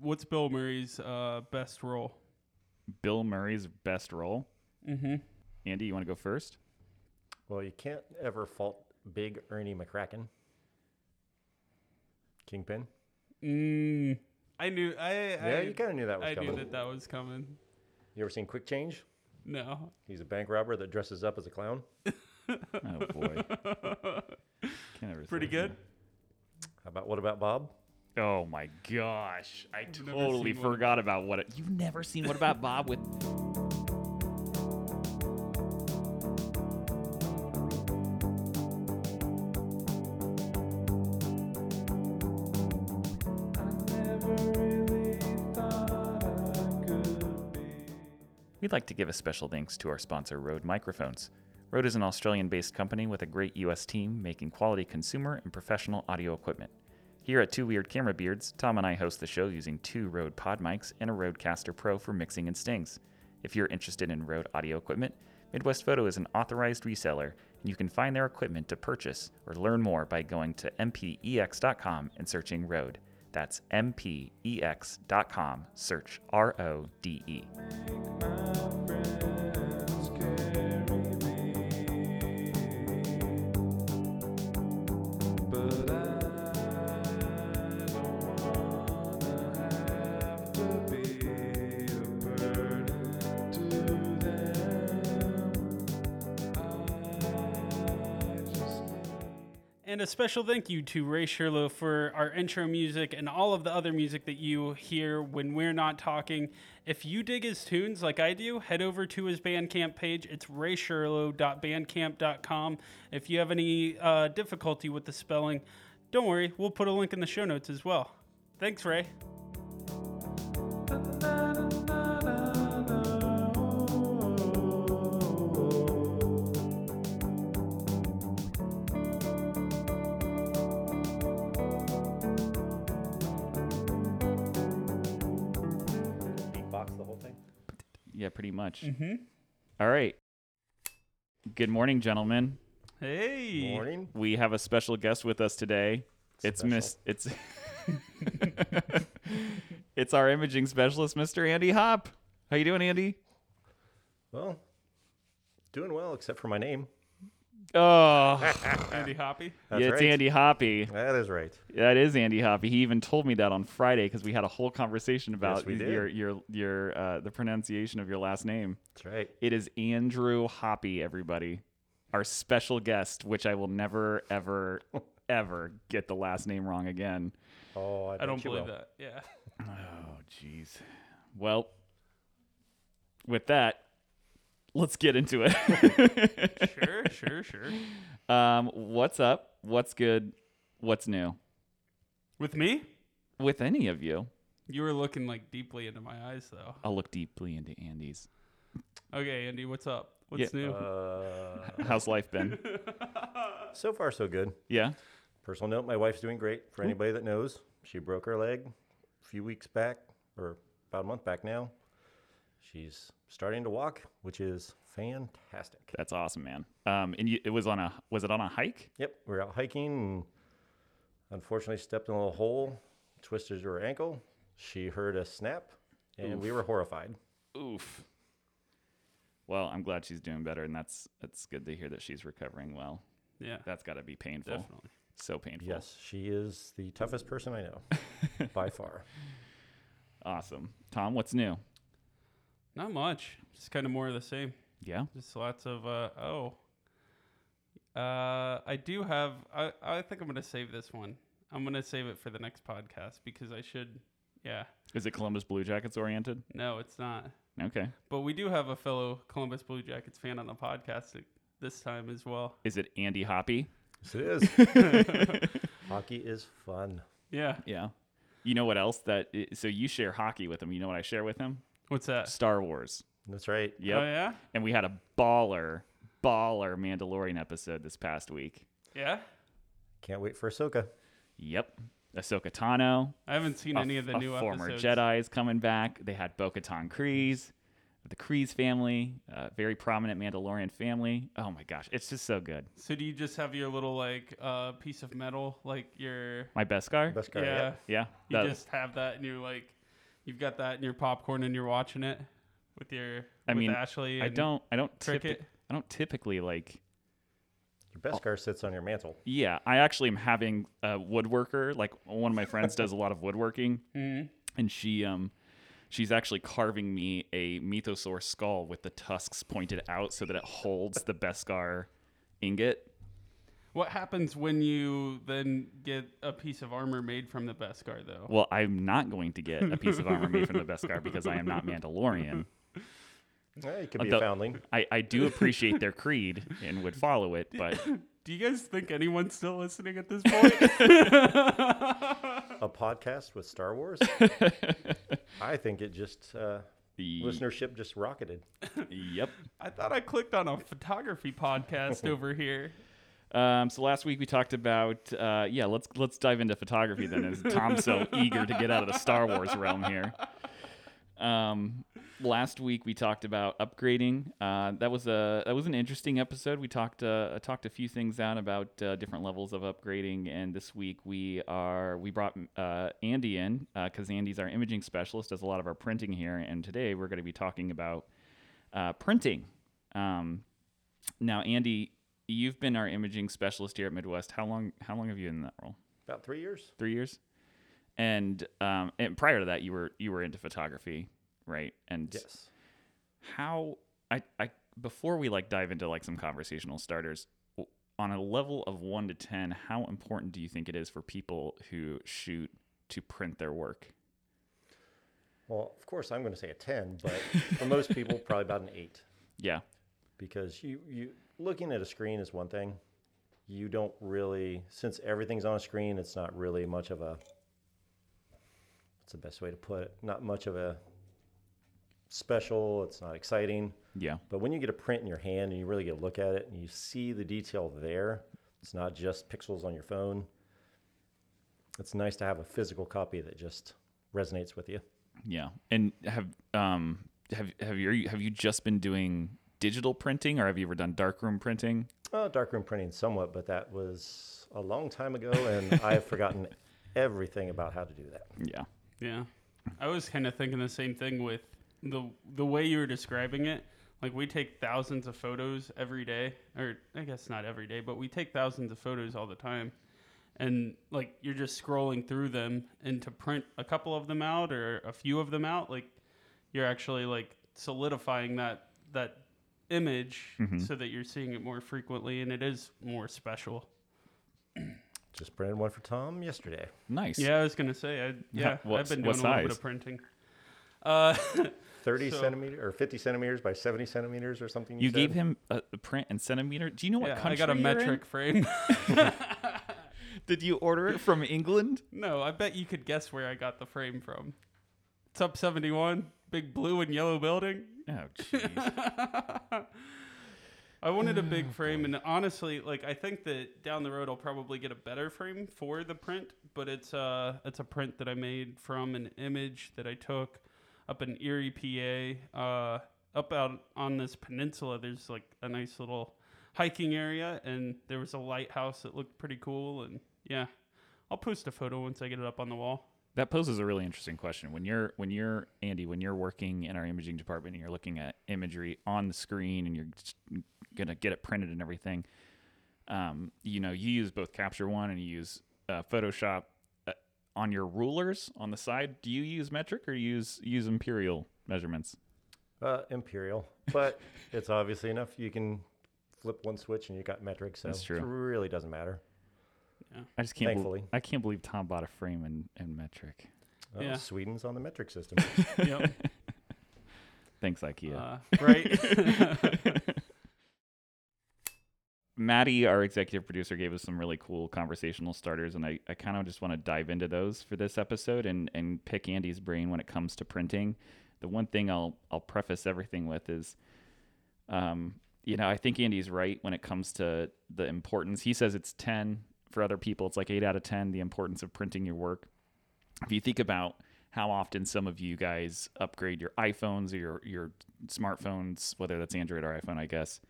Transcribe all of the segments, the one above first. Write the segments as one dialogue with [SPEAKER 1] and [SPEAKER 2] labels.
[SPEAKER 1] what's Bill Murray's uh, best role?
[SPEAKER 2] Bill Murray's best role.
[SPEAKER 1] Mm-hmm.
[SPEAKER 2] Andy, you want to go first?
[SPEAKER 3] Well, you can't ever fault Big Ernie McCracken. Kingpin.
[SPEAKER 1] Mm. I knew. I
[SPEAKER 3] yeah,
[SPEAKER 1] I,
[SPEAKER 3] you kind of knew that was
[SPEAKER 1] I
[SPEAKER 3] coming.
[SPEAKER 1] knew that that was coming.
[SPEAKER 3] You ever seen Quick Change?
[SPEAKER 1] No.
[SPEAKER 3] He's a bank robber that dresses up as a clown.
[SPEAKER 2] Oh boy. Can't ever
[SPEAKER 1] Pretty
[SPEAKER 2] say.
[SPEAKER 1] good.
[SPEAKER 3] How about what about Bob?
[SPEAKER 2] Oh my gosh. I
[SPEAKER 1] never
[SPEAKER 2] totally
[SPEAKER 1] seen one.
[SPEAKER 2] forgot about what it, you've never seen what about Bob with We'd like to give a special thanks to our sponsor, Rode Microphones. Rode is an Australian based company with a great US team making quality consumer and professional audio equipment. Here at Two Weird Camera Beards, Tom and I host the show using two Rode pod mics and a Rodecaster Pro for mixing and stings. If you're interested in Rode audio equipment, Midwest Photo is an authorized reseller, and you can find their equipment to purchase or learn more by going to E mpex.com and searching Rode. That's E mpex.com, search R O D E.
[SPEAKER 1] And a special thank you to Ray Sherlow for our intro music and all of the other music that you hear when we're not talking. If you dig his tunes like I do, head over to his Bandcamp page. It's raysherlow.bandcamp.com. If you have any uh, difficulty with the spelling, don't worry, we'll put a link in the show notes as well. Thanks, Ray.
[SPEAKER 3] Beatbox the whole thing.
[SPEAKER 2] Yeah, pretty much. All right. Good morning, gentlemen.
[SPEAKER 1] Hey.
[SPEAKER 3] Morning.
[SPEAKER 2] We have a special guest with us today. It's Miss. It's. it's our imaging specialist, Mr. Andy Hop. How you doing, Andy?
[SPEAKER 3] Well, doing well except for my name.
[SPEAKER 2] Oh,
[SPEAKER 1] Andy Hoppy.
[SPEAKER 3] That's
[SPEAKER 2] yeah, it's
[SPEAKER 3] right.
[SPEAKER 2] Andy Hoppy.
[SPEAKER 3] That is right.
[SPEAKER 2] That is Andy Hoppy. He even told me that on Friday because we had a whole conversation about
[SPEAKER 3] we did.
[SPEAKER 2] your your your uh, the pronunciation of your last name.
[SPEAKER 3] That's right.
[SPEAKER 2] It is Andrew Hoppy, everybody. Our special guest, which I will never, ever, ever get the last name wrong again.
[SPEAKER 3] Oh, I,
[SPEAKER 1] I don't
[SPEAKER 3] bet you
[SPEAKER 1] believe
[SPEAKER 3] will.
[SPEAKER 1] that. Yeah.
[SPEAKER 2] Oh, jeez. Well, with that, let's get into it.
[SPEAKER 1] Sure, sure, sure.
[SPEAKER 2] um, what's up? What's good? What's new?
[SPEAKER 1] With me?
[SPEAKER 2] With any of you,
[SPEAKER 1] You were looking like deeply into my eyes though.
[SPEAKER 2] I'll look deeply into Andy's.
[SPEAKER 1] Okay, Andy, what's up? What's
[SPEAKER 2] Yeah,
[SPEAKER 1] new?
[SPEAKER 3] Uh,
[SPEAKER 2] How's life been?
[SPEAKER 3] so far, so good.
[SPEAKER 2] Yeah.
[SPEAKER 3] Personal note: My wife's doing great. For anybody that knows, she broke her leg a few weeks back, or about a month back now. She's starting to walk, which is fantastic.
[SPEAKER 2] That's awesome, man. Um, and you, it was on a was it on a hike?
[SPEAKER 3] Yep, we were out hiking and unfortunately stepped in a little hole, twisted her ankle. She heard a snap, and we were horrified.
[SPEAKER 2] Oof. Well, I'm glad she's doing better, and that's that's good to hear that she's recovering well.
[SPEAKER 1] yeah,
[SPEAKER 2] That's got to be painful.
[SPEAKER 1] definitely.
[SPEAKER 2] So painful.
[SPEAKER 3] Yes, she is the toughest person I know by far.
[SPEAKER 2] Awesome. Tom, what's new?
[SPEAKER 1] Not much. Just kind of more of the same.
[SPEAKER 2] Yeah.
[SPEAKER 1] Just lots of uh, oh. Uh, I do have. I I think I'm gonna save this one. I'm gonna save it for the next podcast because I should. Yeah.
[SPEAKER 2] Is it Columbus Blue Jackets oriented?
[SPEAKER 1] No, it's not.
[SPEAKER 2] Okay.
[SPEAKER 1] But we do have a fellow Columbus Blue Jackets fan on the podcast th- this time as well.
[SPEAKER 2] Is it Andy Hoppy?
[SPEAKER 3] Yes, it is. Hockey is fun.
[SPEAKER 1] Yeah.
[SPEAKER 2] Yeah. You know what else that i- so you share hockey with him. You know what I share with him?
[SPEAKER 1] What's that?
[SPEAKER 2] Star Wars.
[SPEAKER 3] That's right.
[SPEAKER 2] Yep.
[SPEAKER 1] Uh, Oh yeah.
[SPEAKER 2] And we had a baller baller Mandalorian episode this past week.
[SPEAKER 1] Yeah.
[SPEAKER 3] Can't wait for Ahsoka.
[SPEAKER 2] Yep. Ahsoka Tano,
[SPEAKER 1] I haven't seen
[SPEAKER 2] a-
[SPEAKER 1] any of the
[SPEAKER 2] a
[SPEAKER 1] new
[SPEAKER 2] former
[SPEAKER 1] episodes.
[SPEAKER 2] Jedi's coming back. They had Bo-Katan Kryze, the Kryze family, uh, very prominent Mandalorian family. Oh my gosh, it's just so good.
[SPEAKER 1] So do you just have your little like uh piece of metal like your
[SPEAKER 2] My Beskar,
[SPEAKER 3] Best guy.
[SPEAKER 1] yeah?
[SPEAKER 3] yep.
[SPEAKER 2] yeah,
[SPEAKER 1] You
[SPEAKER 2] that-
[SPEAKER 1] just have that and you're like You've got that in your popcorn and you're watching it with your
[SPEAKER 2] I
[SPEAKER 1] with
[SPEAKER 2] mean,
[SPEAKER 1] Ashley.
[SPEAKER 2] I
[SPEAKER 1] and-
[SPEAKER 2] don't. I don't.
[SPEAKER 1] Cricket.
[SPEAKER 2] Typi- I don't typically like.
[SPEAKER 3] Your best car sits on your mantle.
[SPEAKER 2] Yeah, I actually am having a woodworker. Like one of my friends does a lot of woodworking,
[SPEAKER 1] Mm-hmm.
[SPEAKER 2] and she um, she's actually carving me a mythosaur skull with the tusks pointed out so that it holds the Beskar ingot.
[SPEAKER 1] What happens when you then get a piece of armor made from the Beskar though?
[SPEAKER 2] Well, I'm not going to get a piece of armor made from the Beskar because I am not Mandalorian.
[SPEAKER 3] Yeah, you could be
[SPEAKER 2] Although-
[SPEAKER 3] a foundling.
[SPEAKER 2] I, I do appreciate their creed and would follow it, but
[SPEAKER 1] Do you guys think anyone's still listening at this point?
[SPEAKER 3] A podcast with Star Wars. I think it just uh,
[SPEAKER 2] the
[SPEAKER 3] listenership just rocketed.
[SPEAKER 2] yep.
[SPEAKER 1] I thought I clicked on a photography podcast over here.
[SPEAKER 2] Um, so last week we talked about uh, yeah. Let's let's dive into photography then, as Tom's so eager to get out of the Star Wars realm here. Um, last week we talked about upgrading. Uh, that was a that was an interesting episode. We talked uh, I talked a few things out about uh, different levels of upgrading, and this week we are we brought uh, Andy in because Andy's our imaging specialist, does a lot of our printing here, and today we're going to be talking about uh, printing. Um, now, Andy, you've been our imaging specialist here at Midwest. How long? How long have you been in that role?
[SPEAKER 3] About three years.
[SPEAKER 2] Three years. And um, and prior to that, you were you were into photography, right? And
[SPEAKER 3] Yes.
[SPEAKER 2] how I I before we like dive into like some conversational starters. w- On a level of one to ten, how important do you think it is for people who shoot to print their work?
[SPEAKER 3] Well, of course, I'm going to say a 10, but for most people, probably about an 8.
[SPEAKER 2] Yeah,
[SPEAKER 3] because you you looking at a screen is one thing. You don't really since everything's on a screen, it's not really much of a what's the best way to put it? Not much of a special, it's not exciting.
[SPEAKER 2] yeah,
[SPEAKER 3] But when you get a print in your hand and you really get a look at it and you see the detail there, it's not just pixels on your phone. It's nice to have a physical copy that just resonates with you.
[SPEAKER 2] yeah. And have um have have you have you just been doing digital printing, or have you ever done darkroom printing?
[SPEAKER 3] Uh, darkroom printing somewhat, but that was a long time ago, and I have forgotten everything about how to do that.
[SPEAKER 2] Yeah.
[SPEAKER 1] Yeah. I was kind of thinking the same thing with the the way you were describing it. Like we take thousands of photos every day or I guess not every day, but we take thousands of photos all the time. And like you're just scrolling through them and to print a couple of them out or a few of them out, like you're actually like solidifying that that image
[SPEAKER 2] Mm-hmm.
[SPEAKER 1] so that you're seeing it more frequently and it is more special.
[SPEAKER 3] Just printed one for Tom yesterday.
[SPEAKER 2] Nice.
[SPEAKER 1] Yeah, I was gonna say I yeah, I've
[SPEAKER 2] what's-
[SPEAKER 1] been doing
[SPEAKER 2] what
[SPEAKER 1] a little bit
[SPEAKER 2] size?
[SPEAKER 1] of printing. Uh
[SPEAKER 3] 30
[SPEAKER 1] So-
[SPEAKER 3] centimeter or 50 centimeters by 70 centimeters or something.
[SPEAKER 2] You gave
[SPEAKER 3] said?
[SPEAKER 2] him a a print in centimeter. Do you know what
[SPEAKER 1] Yeah, I
[SPEAKER 2] country
[SPEAKER 1] got a
[SPEAKER 2] you're in?
[SPEAKER 1] metric frame.
[SPEAKER 2] Did you order it from England?
[SPEAKER 1] no, I bet you could guess where I got the frame from. It's up 71, big blue and yellow building.
[SPEAKER 2] Oh, jeez.
[SPEAKER 1] I wanted a
[SPEAKER 2] Oh,
[SPEAKER 1] big frame, and honestly, like I think that down the road I'll probably get a better frame for the print. But it's a it's a print that I made from an image that I took up in Erie, PA. Uh, up out on this peninsula, there's like a nice little hiking area, and there was a lighthouse that looked pretty cool. And yeah, I'll post a photo once I get it up on the wall.
[SPEAKER 2] that poses a really interesting question. When you're when you're Andy, when you're working in our imaging department and you're looking at imagery on the screen and you're just gonna get it printed and everything, um, you know, you use both Capture One and you use uh, Photoshop. Uh, on your rulers on the side, do you use metric or you use use imperial measurements?
[SPEAKER 3] uh, Imperial, but it's obviously enough. You can flip one switch and you got metric, so
[SPEAKER 2] That's true.
[SPEAKER 3] it really doesn't matter.
[SPEAKER 2] I just can't. bel-
[SPEAKER 3] Thankfully.
[SPEAKER 2] I can't believe Tom bought a frame in, in metric.
[SPEAKER 3] Oh,
[SPEAKER 1] Yeah.
[SPEAKER 3] Sweden's on the metric system.
[SPEAKER 1] Yep.
[SPEAKER 2] Thanks, IKEA.
[SPEAKER 1] uh, right.
[SPEAKER 2] Maddie, our executive producer, gave us some really cool conversational starters, and I, I kind of just want to dive into those for this episode and, and pick Andy's brain when it comes to printing. The one thing I'll I'll preface everything with is, um, you know, I think Andy's right when it comes to the importance. He says it's ten for other people, it's like eight out of ten. The importance of printing your work. If you think about how often some of you guys upgrade your iPhones or your your smartphones, whether that's Android or iPhone, I guess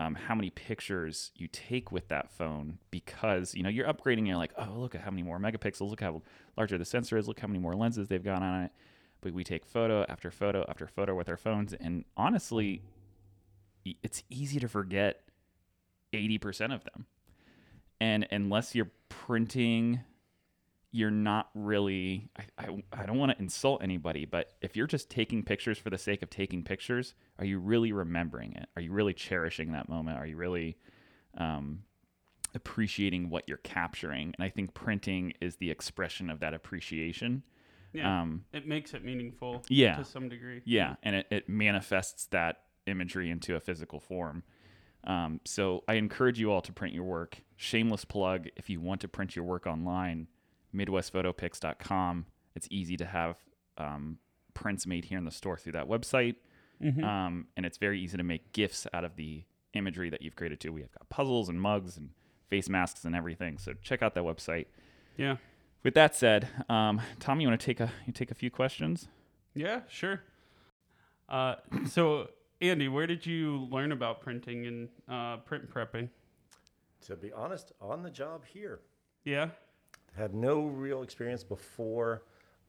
[SPEAKER 2] um, how many pictures you take with that phone because you know you're upgrading. You're like, oh, look at how many more megapixels. Look how larger the sensor is. Look how many more lenses they've got on it. But we take photo after photo after photo with our phones, and honestly, e- it's easy to forget 80% of them. And unless you're printing, you're not really. I, I, I don't want to insult anybody, but if you're just taking pictures for the sake of taking pictures, are you really remembering it? Are you really cherishing that moment? Are you really um, appreciating what you're capturing? And I think printing is the expression of that appreciation.
[SPEAKER 1] Yeah.
[SPEAKER 2] Um,
[SPEAKER 1] it makes it meaningful
[SPEAKER 2] Yeah.
[SPEAKER 1] to some degree.
[SPEAKER 2] yeah, and it, it manifests that imagery into a physical form. Um, so I encourage you all to print your work. Shameless plug if you want to print your work online, MidwestPhotopics.com. It's easy to have um, prints made here in the store through that website. Um, and it's very easy to make gifts out of the imagery that you've created too. We have got puzzles and mugs and face masks and everything. So check out that website.
[SPEAKER 1] Yeah.
[SPEAKER 2] With that said, um, Tom, you want to take a you take a few questions?
[SPEAKER 1] Yeah, sure. Uh, so, Andy, where did you learn about printing and uh, print prepping?
[SPEAKER 3] To be honest, on the job here.
[SPEAKER 1] Yeah.
[SPEAKER 3] had no real experience before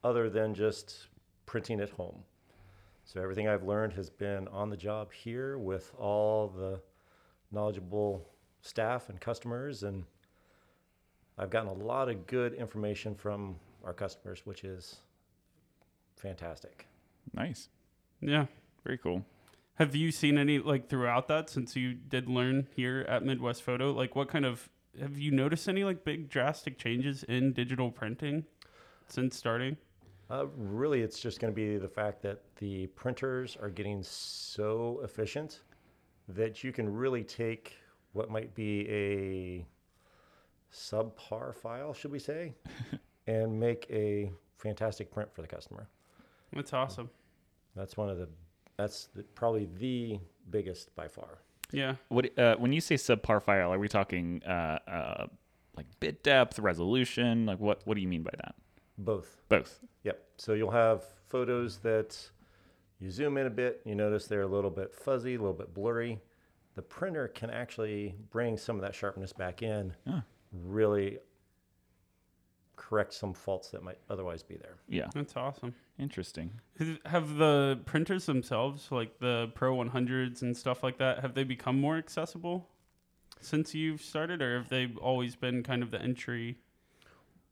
[SPEAKER 3] other than just printing at home. So everything I've learned has been on the job here with all the knowledgeable staff and customers and I've gotten a lot of good information from our customers, which is fantastic.
[SPEAKER 2] Nice,
[SPEAKER 1] Yeah.
[SPEAKER 2] very cool.
[SPEAKER 1] Have you seen any like throughout that since you did learn here at Midwest Photo? Like, what kind of have you noticed any like big drastic changes in digital printing since starting?
[SPEAKER 3] Uh, really, it's just going to be the fact that the printers are getting so efficient that you can really take what might be a subpar file, should we say, and make a fantastic print for the customer.
[SPEAKER 1] That's awesome.
[SPEAKER 3] That's one of the, that's the, probably the biggest by far.
[SPEAKER 1] Yeah.
[SPEAKER 2] What uh, when you say subpar file, are we talking uh, uh, like bit depth, resolution? Like what what do you mean by that?
[SPEAKER 3] Both.
[SPEAKER 2] Both.
[SPEAKER 3] Yep. So you'll have photos that you zoom in a bit, you notice they're a little bit fuzzy, a little bit blurry. The printer can actually bring some of that sharpness back in,
[SPEAKER 2] Yeah.
[SPEAKER 3] really correct some faults that might otherwise be there.
[SPEAKER 2] Yeah,
[SPEAKER 1] That's awesome.
[SPEAKER 2] interesting.
[SPEAKER 1] Have- Have the printers themselves, like the Pro 100s and stuff like that, have they become more accessible since you've started, or have they always been kind of the entry?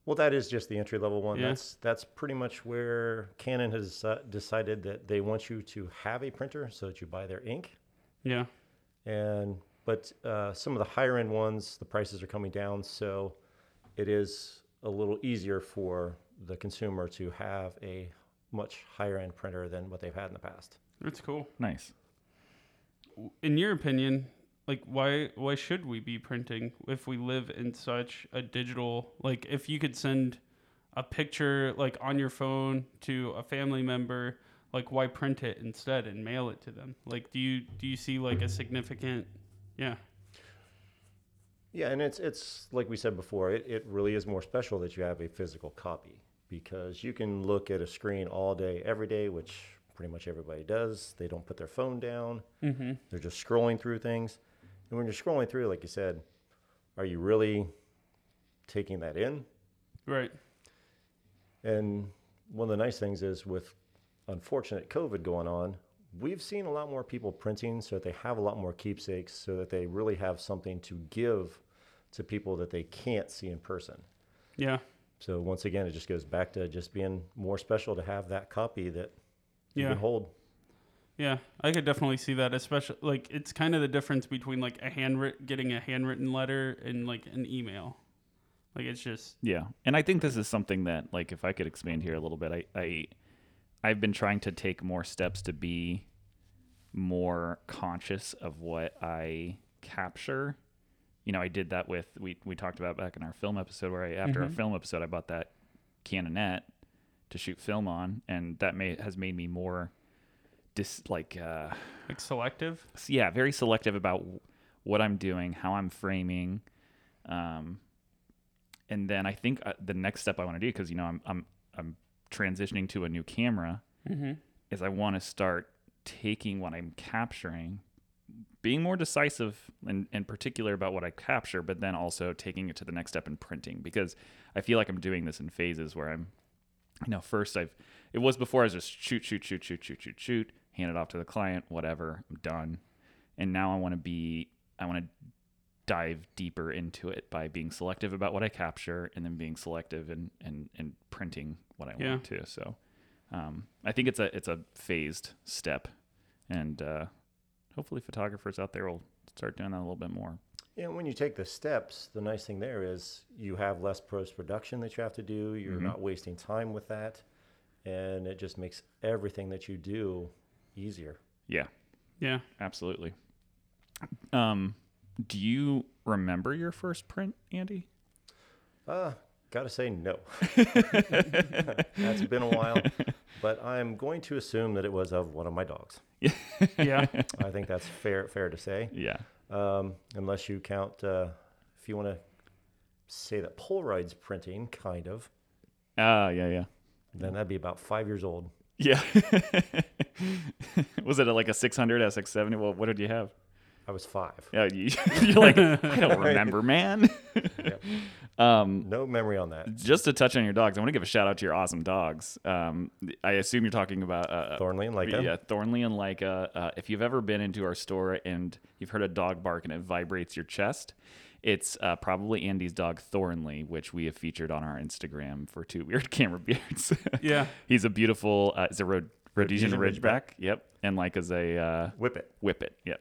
[SPEAKER 3] Well, that is just the entry level one.
[SPEAKER 1] Yeah.
[SPEAKER 3] That's that's pretty much where Canon has uh, decided that they want you to have a printer so that you buy their ink.
[SPEAKER 1] Yeah.
[SPEAKER 3] and but uh, some of the higher end ones the prices are coming down so it is a little easier for the consumer to have a much higher end printer than what they've had in the past
[SPEAKER 1] That's cool.
[SPEAKER 2] Nice.
[SPEAKER 1] In your opinion, like why why should we be printing if we live in such a digital like if you could send a picture like on your phone to a family member, like why print it instead and mail it to them? Like do you do you see like a significant yeah.
[SPEAKER 3] yeah and it's it's like we said before it, it really is more special that you have a physical copy because you can look at a screen all day every day which pretty much everybody does they don't put their phone down
[SPEAKER 1] Mm-hmm.
[SPEAKER 3] they're just scrolling through things and when you're scrolling through like you said are you really taking that in
[SPEAKER 1] Right.
[SPEAKER 3] And one of the nice things is with unfortunate COVID going on, we've seen a lot more people printing so that they have a lot more keepsakes so that they really have something to give to people that they can't see in person.
[SPEAKER 1] Yeah.
[SPEAKER 3] So once again, it just goes back to just being more special to have that copy that you
[SPEAKER 1] Yeah.
[SPEAKER 3] can hold.
[SPEAKER 1] Yeah, I could definitely see that, especially like it's kind of the difference between like a handwritten getting a handwritten letter and like an email. Like it's just
[SPEAKER 2] Yeah, and I think this is something that, like, if I could expand here a little bit, I, I, I've been trying to take more steps to be more conscious of what I capture. You know, I did that with we we talked about back in our film episode where I after our film episode I bought that Canonette to shoot film on, and that may has made me more dis like uh,
[SPEAKER 1] like selective.
[SPEAKER 2] s- yeah, very selective about w- what I'm doing, how I'm framing, um, and then I think uh, the next step I want to do because you know I'm I'm I'm transitioning to a new camera
[SPEAKER 1] Mm-hmm.
[SPEAKER 2] is I want to start taking what I'm capturing, being more decisive and, and particular about what I capture, but then also taking it to the next step in printing because I feel like I'm doing this in phases where I'm Now, first, I've it was before I was just shoot, shoot, shoot, shoot, shoot, shoot, shoot, hand it off to the client, whatever, I'm done. And now I want to be, I want to dive deeper into it by being selective about what I capture and then being selective and and and printing what I
[SPEAKER 1] Yeah.
[SPEAKER 2] want to. So, um, I think it's a it's a phased step, and uh, hopefully, photographers out there will start doing that a little bit more.
[SPEAKER 3] Yeah, when you take the steps, the nice thing there is you have less post production that you have to do. You're not wasting time with that. And it just makes everything that you do easier.
[SPEAKER 2] Yeah.
[SPEAKER 1] Yeah.
[SPEAKER 2] Absolutely. Um, do you remember your first print, Andy?
[SPEAKER 3] Uh, gotta say no. That's been a while. But I'm going to assume that it was of one of my dogs.
[SPEAKER 1] Yeah.
[SPEAKER 3] I think that's fair fair to say.
[SPEAKER 2] Yeah.
[SPEAKER 3] Um, unless you count uh, if you want to say that Polaroid's printing, kind of,
[SPEAKER 2] Ah, yeah, yeah,
[SPEAKER 3] then that'd be about five years old.
[SPEAKER 2] yeah. Was it a, like a 600 SX70? Well, what did you have?
[SPEAKER 3] I was five.
[SPEAKER 2] Yeah, you, you're like, I don't remember, man.
[SPEAKER 3] No memory on that.
[SPEAKER 2] Just to touch on your dogs, I want to give a shout out to your awesome dogs. Um, I assume you're talking about uh,
[SPEAKER 3] Thornley and Leica.
[SPEAKER 2] Yeah, Thornley and Leica. Uh, if you've ever been into our store and you've heard a dog bark and it vibrates your chest, it's uh, probably Andy's dog Thornley, which we have featured on our Instagram for two weird camera beards.
[SPEAKER 1] Yeah.
[SPEAKER 2] he's a beautiful. Uh, is a Rhod- Rhodesian,
[SPEAKER 3] Rhodesian
[SPEAKER 2] Ridgeback. Yep, and Leica's a uh,
[SPEAKER 3] Whip it.
[SPEAKER 2] Whippet. Yep.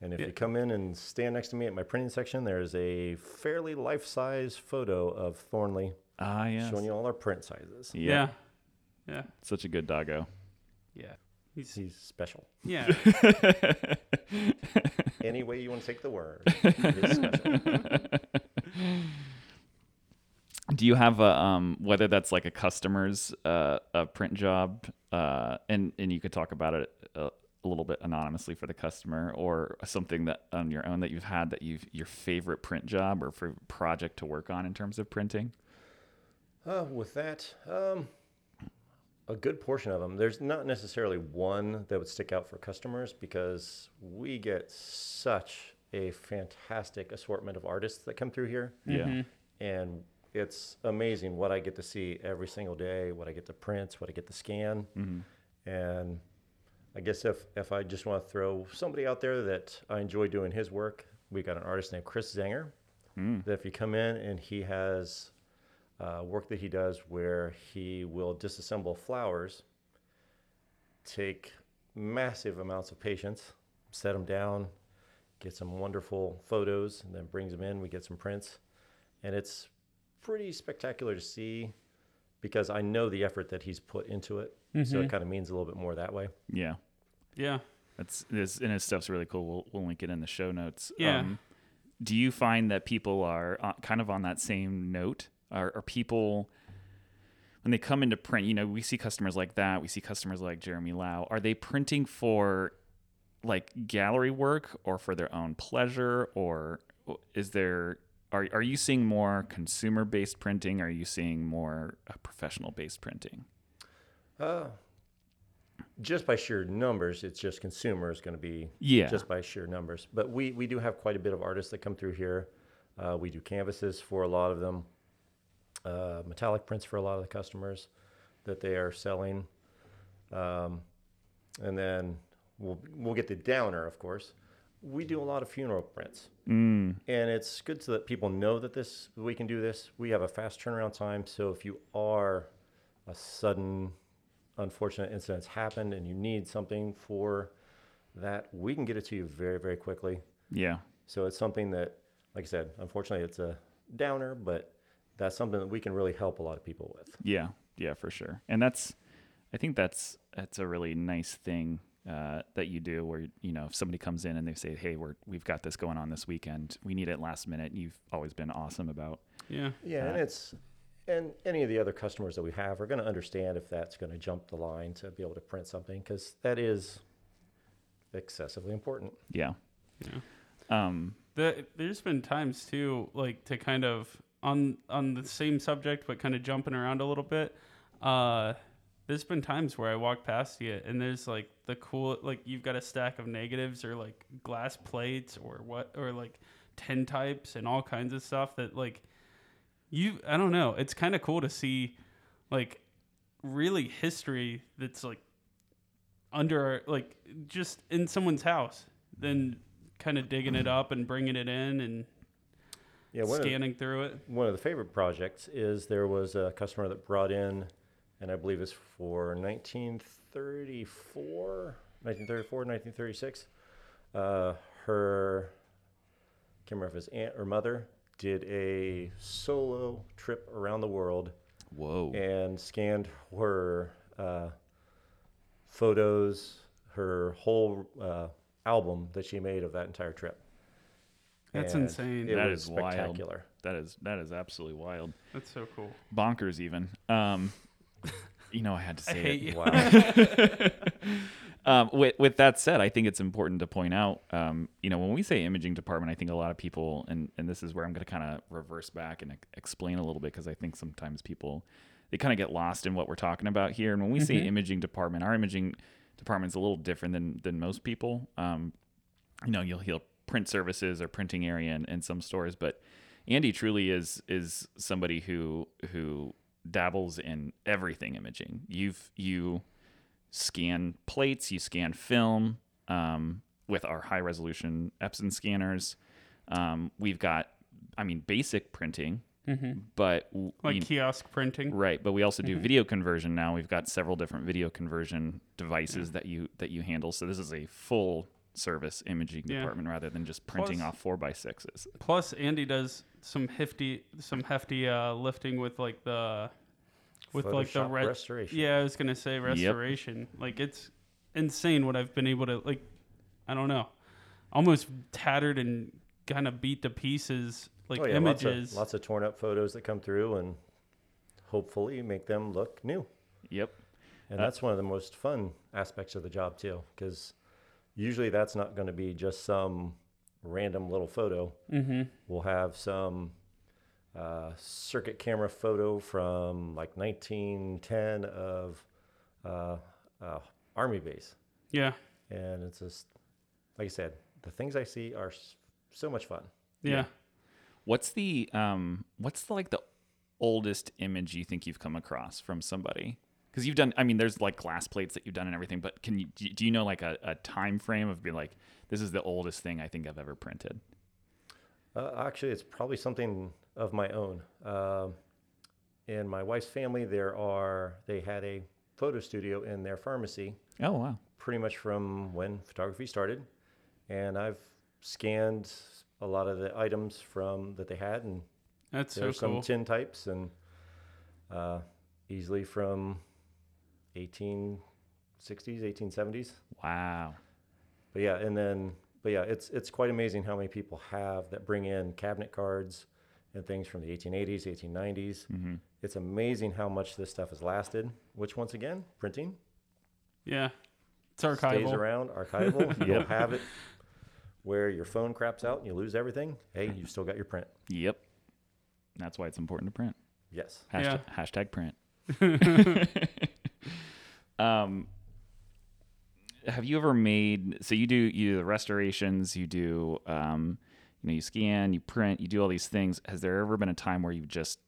[SPEAKER 3] And if you come in and stand next to me at my printing section, there's a fairly life size photo of Thornley
[SPEAKER 2] Ah, yes.
[SPEAKER 3] showing you all our print sizes.
[SPEAKER 2] yeah.
[SPEAKER 1] Yeah. Yeah.
[SPEAKER 2] Such a good doggo.
[SPEAKER 1] Yeah. He's,
[SPEAKER 3] He's special.
[SPEAKER 1] yeah.
[SPEAKER 3] Any way you want to take the word, he's special.
[SPEAKER 2] Do you have a um whether that's like a customer's uh a print job uh and and you could talk about it a, a little bit anonymously for the customer or something that on your own that you've had that you've your favorite print job or for project to work on in terms of printing?
[SPEAKER 3] Uh, with that, um, a good portion of them. There's not necessarily one that would stick out for customers because we get such a fantastic assortment of artists that come through here.
[SPEAKER 1] Mm-hmm.
[SPEAKER 2] Yeah.
[SPEAKER 3] and it's amazing what I get to see every single day, what I get to print, what I get to scan. And I guess if, if I just want to throw somebody out there that I enjoy doing his work, we got an artist named Chris Zanger. That if you come in and he has uh, work that he does where he will disassemble flowers, take massive amounts of patience, set them down, get some wonderful photos, and then brings them in. We get some prints and it's pretty spectacular to see because I know the effort that he's put into it. So it kind of means a little bit more that way.
[SPEAKER 2] Yeah.
[SPEAKER 1] Yeah.
[SPEAKER 2] That's this and his stuff's really cool. We'll we'll link it in the show notes. Um,
[SPEAKER 1] Yeah.
[SPEAKER 2] do you find that people are uh, kind of on that same note? Are, are people when they come into print? You know, we see customers like that. We see customers like Jeremy Lau. Are they printing for like gallery work or for their own pleasure, or is there? Are, are you seeing more consumer based printing? Are you seeing more uh, professional based printing?
[SPEAKER 3] Uh, just by sheer numbers, it's just consumer is going to be
[SPEAKER 2] Yeah.
[SPEAKER 3] just by sheer numbers. But we, we do have quite a bit of artists that come through here. Uh, we do canvases for a lot of them, uh, metallic prints for a lot of the customers that they are selling. Um, and then we'll, we'll get the downer, of course. We do a lot of funeral prints. And it's good so that people know that this we can do this. We have a fast turnaround time, so if you are a sudden unfortunate incident's happened and you need something for that, we can get it to you very very quickly.
[SPEAKER 2] Yeah.
[SPEAKER 3] So it's something that like I said, unfortunately it's a downer, but that's something that we can really help a lot of people with.
[SPEAKER 2] Yeah, yeah, for sure. And that's, I think that's that's a really nice thing uh, that you do, where you know if somebody comes in and they say, "Hey, we're we've got this going on this weekend. We need it last minute." You've always been awesome about.
[SPEAKER 1] Yeah.
[SPEAKER 3] Yeah, and it's and any of the other customers that we have are going to understand if that's going to jump the line to be able to print something cuz that is excessively important.
[SPEAKER 2] Yeah.
[SPEAKER 1] Yeah.
[SPEAKER 2] Um.
[SPEAKER 1] The, there's been times too, like to kind of on on the same subject, but kind of jumping around a little bit. Uh, there's been times where I walk past you, and there's like the cool, like you've got a stack of negatives or like glass plates or what, or like tin types and all kinds of stuff that like you. I don't know. It's kind of cool to see, like really history that's like under like just in someone's house, then kind of digging it up and bringing it in and
[SPEAKER 3] Yeah, one of,
[SPEAKER 1] scanning through it.
[SPEAKER 3] one of the favorite projects is there was a customer that brought in, and I believe it's for 1934, 1934, 1936. Uh, her, can't remember if it's aunt or mother, did a solo trip around the world
[SPEAKER 2] Whoa.
[SPEAKER 3] and scanned her uh, photos, her whole uh, album that she made of that entire trip.
[SPEAKER 1] That's
[SPEAKER 3] And
[SPEAKER 1] insane.
[SPEAKER 3] It
[SPEAKER 2] That
[SPEAKER 3] was
[SPEAKER 2] is wild.
[SPEAKER 3] spectacular.
[SPEAKER 2] That is that is absolutely wild.
[SPEAKER 1] That's so cool.
[SPEAKER 2] Bonkers even. Um, you know I had to
[SPEAKER 1] I
[SPEAKER 2] say it.
[SPEAKER 1] hate you.
[SPEAKER 3] Wow.
[SPEAKER 2] Um, with, with that said, I think it's important to point out, um, you know, when we say imaging department, I think a lot of people, and, and this is where I'm going to kind of reverse back and ex- explain a little bit because I think sometimes people, they kind of get lost in what we're talking about here. And when we say imaging department, our imaging department's a little different than, than most people. Um, you know you'll hear print services or printing area in, in some stores but andy truly is is somebody who who dabbles in everything imaging you've you scan plates you scan film um, with our high resolution epson scanners um, we've got i mean basic printing but w-
[SPEAKER 1] Like
[SPEAKER 2] you-
[SPEAKER 1] kiosk printing.
[SPEAKER 2] Right, but we also do video conversion now. We've got several different video conversion devices that you that you handle. So this is a full service imaging
[SPEAKER 1] Yeah.
[SPEAKER 2] department rather than just printing
[SPEAKER 1] Plus-
[SPEAKER 2] off four by sixes.
[SPEAKER 1] Plus, Andy does some hefty, some hefty uh, lifting with like the, with like the
[SPEAKER 3] Photoshop
[SPEAKER 1] res-
[SPEAKER 3] restoration.
[SPEAKER 1] Yeah, I was gonna say restoration. Like it's insane what I've been able to like. I don't know, almost tattered and kind of beat to pieces like
[SPEAKER 3] Oh, yeah,
[SPEAKER 1] images.
[SPEAKER 3] Lots of, lots of torn up photos that come through and hopefully make them look new.
[SPEAKER 2] Yep.
[SPEAKER 3] And that's one of the most fun aspects of the job, too, because usually that's not going to be just some random little photo. Mm-hmm. We'll have some uh, circuit camera photo from like 1910 of uh, uh, Army Base.
[SPEAKER 1] yeah,
[SPEAKER 3] And it's just, like I said, the things I see are s- so much fun.
[SPEAKER 1] yeah.
[SPEAKER 2] What's the um what's the, like the oldest image you think you've come across from somebody? Because you've done, I mean, there's like glass plates that you've done and everything, but can you do do you know like a, a time frame of being like, this is the oldest thing I think I've ever printed?
[SPEAKER 3] Uh, actually, it's probably something of my own. Um, in my wife's family, there are they had a photo studio in their pharmacy,
[SPEAKER 2] Oh wow,
[SPEAKER 3] pretty much from when photography started, and I've scanned a lot of the items from that they had, and
[SPEAKER 1] That's so
[SPEAKER 3] there's some
[SPEAKER 1] cool.
[SPEAKER 3] tin types, and uh, easily from 1860s, 1870s.
[SPEAKER 2] wow,
[SPEAKER 3] But yeah, and then but yeah, it's it's quite amazing how many people have that bring in cabinet cards and things from the 1880s, 1890s. It's amazing how much this stuff has lasted. Which once again, printing
[SPEAKER 1] yeah, it's
[SPEAKER 3] stays
[SPEAKER 1] archival.
[SPEAKER 3] around, archival. You'll have it where your phone craps out and you lose everything. Hey, you still got your print.
[SPEAKER 2] yep. That's why it's important to print.
[SPEAKER 3] Yes.
[SPEAKER 2] Hashtag,
[SPEAKER 1] Yeah.
[SPEAKER 2] hashtag print. um, have you ever made so you do you do the restorations, you do um, you know, you scan, you print, you do all these things. Has there ever been a time where you've just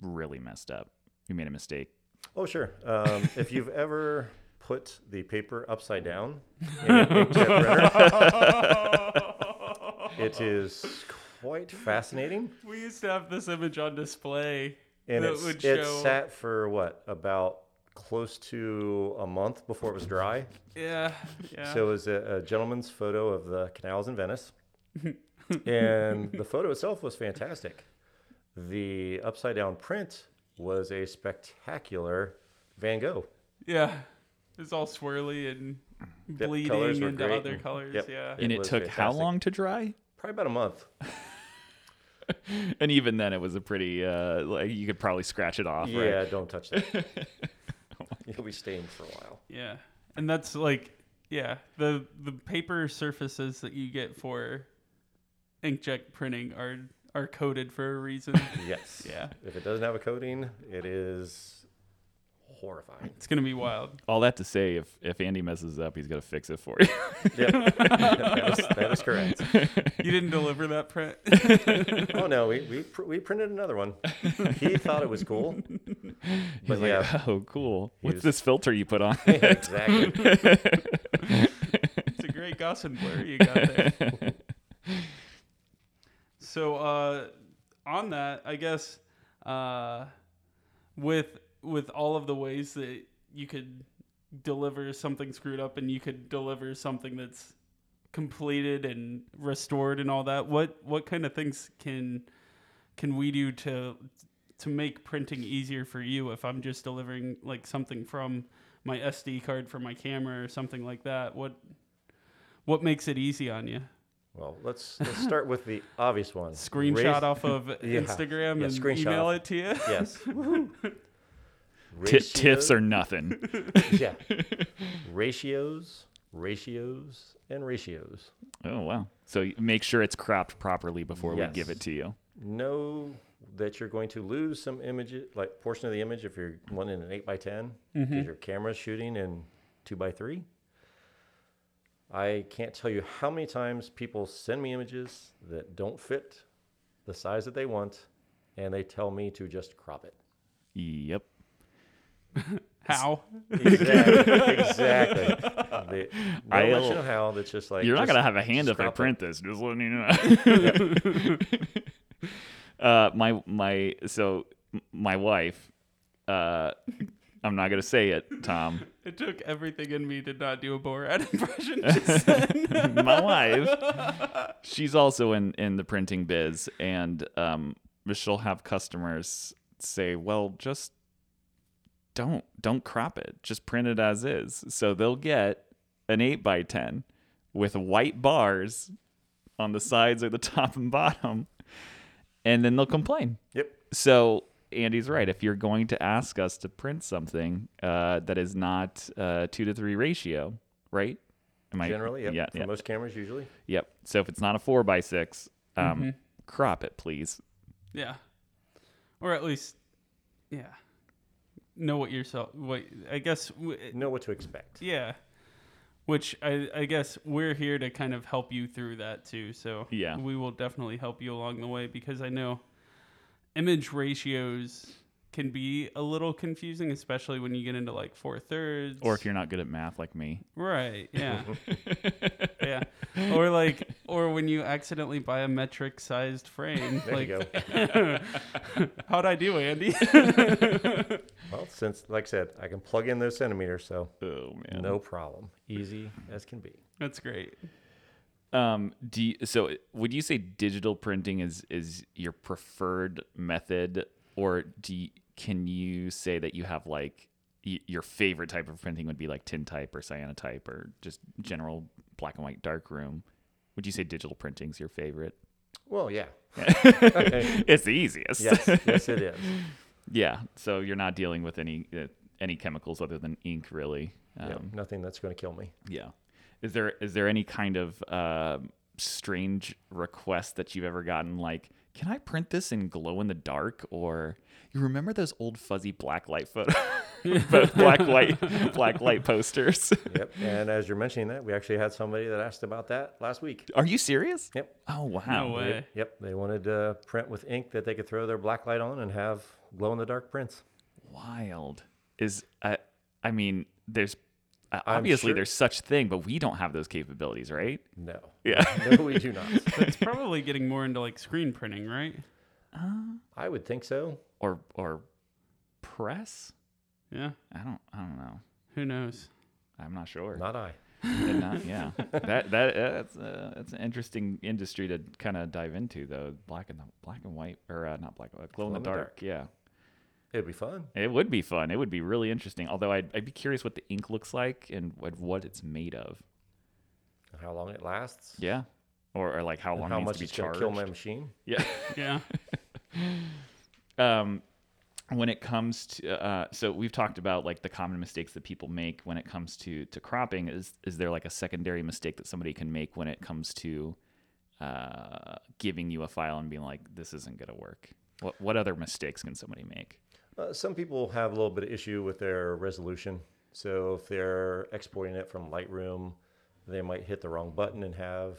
[SPEAKER 2] really messed up? You made a mistake.
[SPEAKER 3] Oh sure. Um, if you've ever put the paper upside down in a big jet printer, it is quite fascinating.
[SPEAKER 1] We used to have this image on display
[SPEAKER 3] and
[SPEAKER 1] that
[SPEAKER 3] it's,
[SPEAKER 1] would
[SPEAKER 3] it
[SPEAKER 1] show.
[SPEAKER 3] sat for what about close to a month before it was dry
[SPEAKER 1] yeah, yeah.
[SPEAKER 3] so it was a, a gentleman's photo of the canals in venice and the photo itself was fantastic the upside down print was a spectacular van gogh
[SPEAKER 1] Yeah. It's all swirly and
[SPEAKER 3] colours
[SPEAKER 1] bleeding
[SPEAKER 3] were
[SPEAKER 1] into
[SPEAKER 3] great
[SPEAKER 1] other
[SPEAKER 3] and-
[SPEAKER 1] colors.
[SPEAKER 3] yep.
[SPEAKER 1] Yeah.
[SPEAKER 2] and it
[SPEAKER 3] was
[SPEAKER 2] took how
[SPEAKER 3] fantastic.
[SPEAKER 2] long to dry?
[SPEAKER 3] probably about a month
[SPEAKER 2] And even then it was a pretty uh like you could probably scratch it off, right?
[SPEAKER 3] yeah don't touch that you'll be stained for a while
[SPEAKER 1] Yeah. And that's like yeah, the the paper surfaces that you get for inkjet printing are are coded for a reason.
[SPEAKER 3] yes
[SPEAKER 1] Yeah.
[SPEAKER 3] if it doesn't have a coating it is horrifying
[SPEAKER 1] it's going to be wild.
[SPEAKER 2] All that to say if if Andy messes up, he's gonna fix it for you.
[SPEAKER 3] that is, that is correct
[SPEAKER 1] You didn't deliver that print.
[SPEAKER 3] Oh no, we we, pr- we printed another one. He thought it was cool.
[SPEAKER 2] He's like,
[SPEAKER 3] yeah.
[SPEAKER 2] oh, cool.
[SPEAKER 3] was-
[SPEAKER 2] What's this filter you put on?
[SPEAKER 3] exactly.
[SPEAKER 1] It's a great Gossin blur you got there. so uh, on that, I guess uh, with with all of the ways that you could deliver something screwed up and you could deliver something that's completed and restored and all that, what what kind of things can can we do to to make printing easier for you if I'm just delivering like something from my SD card from my camera or something like that? What what makes it easy on you?
[SPEAKER 3] Well, let's let's start with the obvious one.
[SPEAKER 1] Screenshot
[SPEAKER 3] Raise-
[SPEAKER 1] off of Instagram
[SPEAKER 3] Yeah,
[SPEAKER 1] and
[SPEAKER 3] screenshot
[SPEAKER 1] email
[SPEAKER 3] off.
[SPEAKER 1] it to you.
[SPEAKER 2] Ti
[SPEAKER 3] Yes.
[SPEAKER 2] tips are nothing.
[SPEAKER 3] yeah. Ratios, ratios, and ratios.
[SPEAKER 2] Oh wow! So you- make sure it's cropped properly before we give
[SPEAKER 3] Yes.
[SPEAKER 2] it to you.
[SPEAKER 3] Know that you're going to lose some images, like portion of the image, if you're running an eight by ten, because
[SPEAKER 1] Mm-hmm.
[SPEAKER 3] your camera's shooting in two by three. I can't tell you how many times people send me images that don't fit the size that they want, and they tell me to just crop it.
[SPEAKER 2] Yep.
[SPEAKER 1] How?
[SPEAKER 3] Exactly. exactly. They, I let
[SPEAKER 2] I'll-
[SPEAKER 3] you know how. That's just like
[SPEAKER 2] You're not
[SPEAKER 3] just-
[SPEAKER 2] gonna have a hand
[SPEAKER 3] just
[SPEAKER 2] if I
[SPEAKER 3] crop it.
[SPEAKER 2] print this. Just letting you know. uh, my my so m- my wife. Uh, I'm not gonna say it, Tom.
[SPEAKER 1] It took everything in me to not do a Borat impression. Just then.
[SPEAKER 2] my wife. She's also in in the printing biz, and um, she'll have customers say, "Well, just don't don't crop it. Just print it as is." So they'll get an eight by ten with white bars on the sides or the top and bottom, and then they'll complain.
[SPEAKER 3] Yep.
[SPEAKER 2] So Andy's right. If you're going to ask us to print something uh, that is not uh, two to three ratio, right? Am I
[SPEAKER 3] Generally, yep.
[SPEAKER 2] Yeah,
[SPEAKER 3] For
[SPEAKER 2] yeah,
[SPEAKER 3] most cameras, usually.
[SPEAKER 2] yep. So if it's not a four by six, um, crop it, please.
[SPEAKER 1] yeah, or at least, yeah, know what yourself. What I guess. w-
[SPEAKER 3] Know what to expect.
[SPEAKER 1] Yeah, which I I guess we're here to kind of help you through that too. So
[SPEAKER 2] Yeah.
[SPEAKER 1] we will definitely help you along the way because I know image ratios can be a little confusing, especially when you get into like four thirds
[SPEAKER 2] Or if you're not good at math like me,
[SPEAKER 1] Right. Yeah. yeah. Or like, or when you accidentally buy a metric-sized frame.
[SPEAKER 3] There
[SPEAKER 1] like,
[SPEAKER 3] you go.
[SPEAKER 1] how'd I do, Andy?
[SPEAKER 3] Well, since, like I said, I can plug in those centimeters, so
[SPEAKER 2] oh man.
[SPEAKER 3] no problem. Easy as can be.
[SPEAKER 1] That's great.
[SPEAKER 2] Um, do you, so. Would you say digital printing is is your preferred method, or do you, can you say that you have like y- your favorite type of printing would be like tintype or cyanotype or just general black and white darkroom? Would you say digital printing's your favorite?
[SPEAKER 3] Well, yeah.
[SPEAKER 2] It's the easiest.
[SPEAKER 3] Yes, yes, it is.
[SPEAKER 2] yeah. So you're not dealing with any uh, any chemicals other than ink, really. Um,
[SPEAKER 3] Yep, Nothing that's going to kill me.
[SPEAKER 2] Yeah. Is there is there any kind of um strange request that you've ever gotten? Like, can I print this in glow in the dark? Or you remember those old fuzzy black light photo, black light black light posters?
[SPEAKER 3] Yep. And as you're mentioning that, we actually had somebody that asked about that last week.
[SPEAKER 2] Are you serious?
[SPEAKER 3] Yep.
[SPEAKER 2] Oh wow.
[SPEAKER 1] No way.
[SPEAKER 3] Yep. They wanted to print with ink that they could throw their black light on and have glow in the dark prints.
[SPEAKER 2] Wild. Is I I mean, there's uh,
[SPEAKER 3] I'm
[SPEAKER 2] obviously
[SPEAKER 3] sure-
[SPEAKER 2] there's such thing, but we don't have those capabilities, right?
[SPEAKER 3] No.
[SPEAKER 2] Yeah.
[SPEAKER 3] No, we do not.
[SPEAKER 1] It's probably getting more into like screen printing, right?
[SPEAKER 3] I would think so.
[SPEAKER 2] or or press?
[SPEAKER 1] Yeah.
[SPEAKER 2] I don't I don't know.
[SPEAKER 1] Who knows?
[SPEAKER 2] I'm not sure.
[SPEAKER 3] Not I.
[SPEAKER 2] Did not- yeah, that that that's uh, that's an interesting industry to kind of dive into though. Black and the black and white, or uh, not black, uh, glow, in the dark. Yeah,
[SPEAKER 3] It'd be fun.
[SPEAKER 2] it would be fun. It would be really interesting. Although I'd I'd be curious what the ink looks like and what, what it's made of.
[SPEAKER 3] How long it lasts.
[SPEAKER 2] Yeah, or, or like how long
[SPEAKER 3] How
[SPEAKER 2] it needs
[SPEAKER 3] much
[SPEAKER 2] to be
[SPEAKER 3] it's going
[SPEAKER 2] charged.
[SPEAKER 3] to kill my machine.
[SPEAKER 2] yeah.
[SPEAKER 1] Yeah.
[SPEAKER 2] um, when it comes to uh, so we've talked about like the common mistakes that people make when it comes to to cropping is is there like a secondary mistake that somebody can make when it comes to uh, giving you a file and being like this isn't gonna work what what other mistakes can somebody make
[SPEAKER 3] Uh, some people have a little bit of issue with their resolution. So if they're exporting it from Lightroom, they might hit the wrong button and have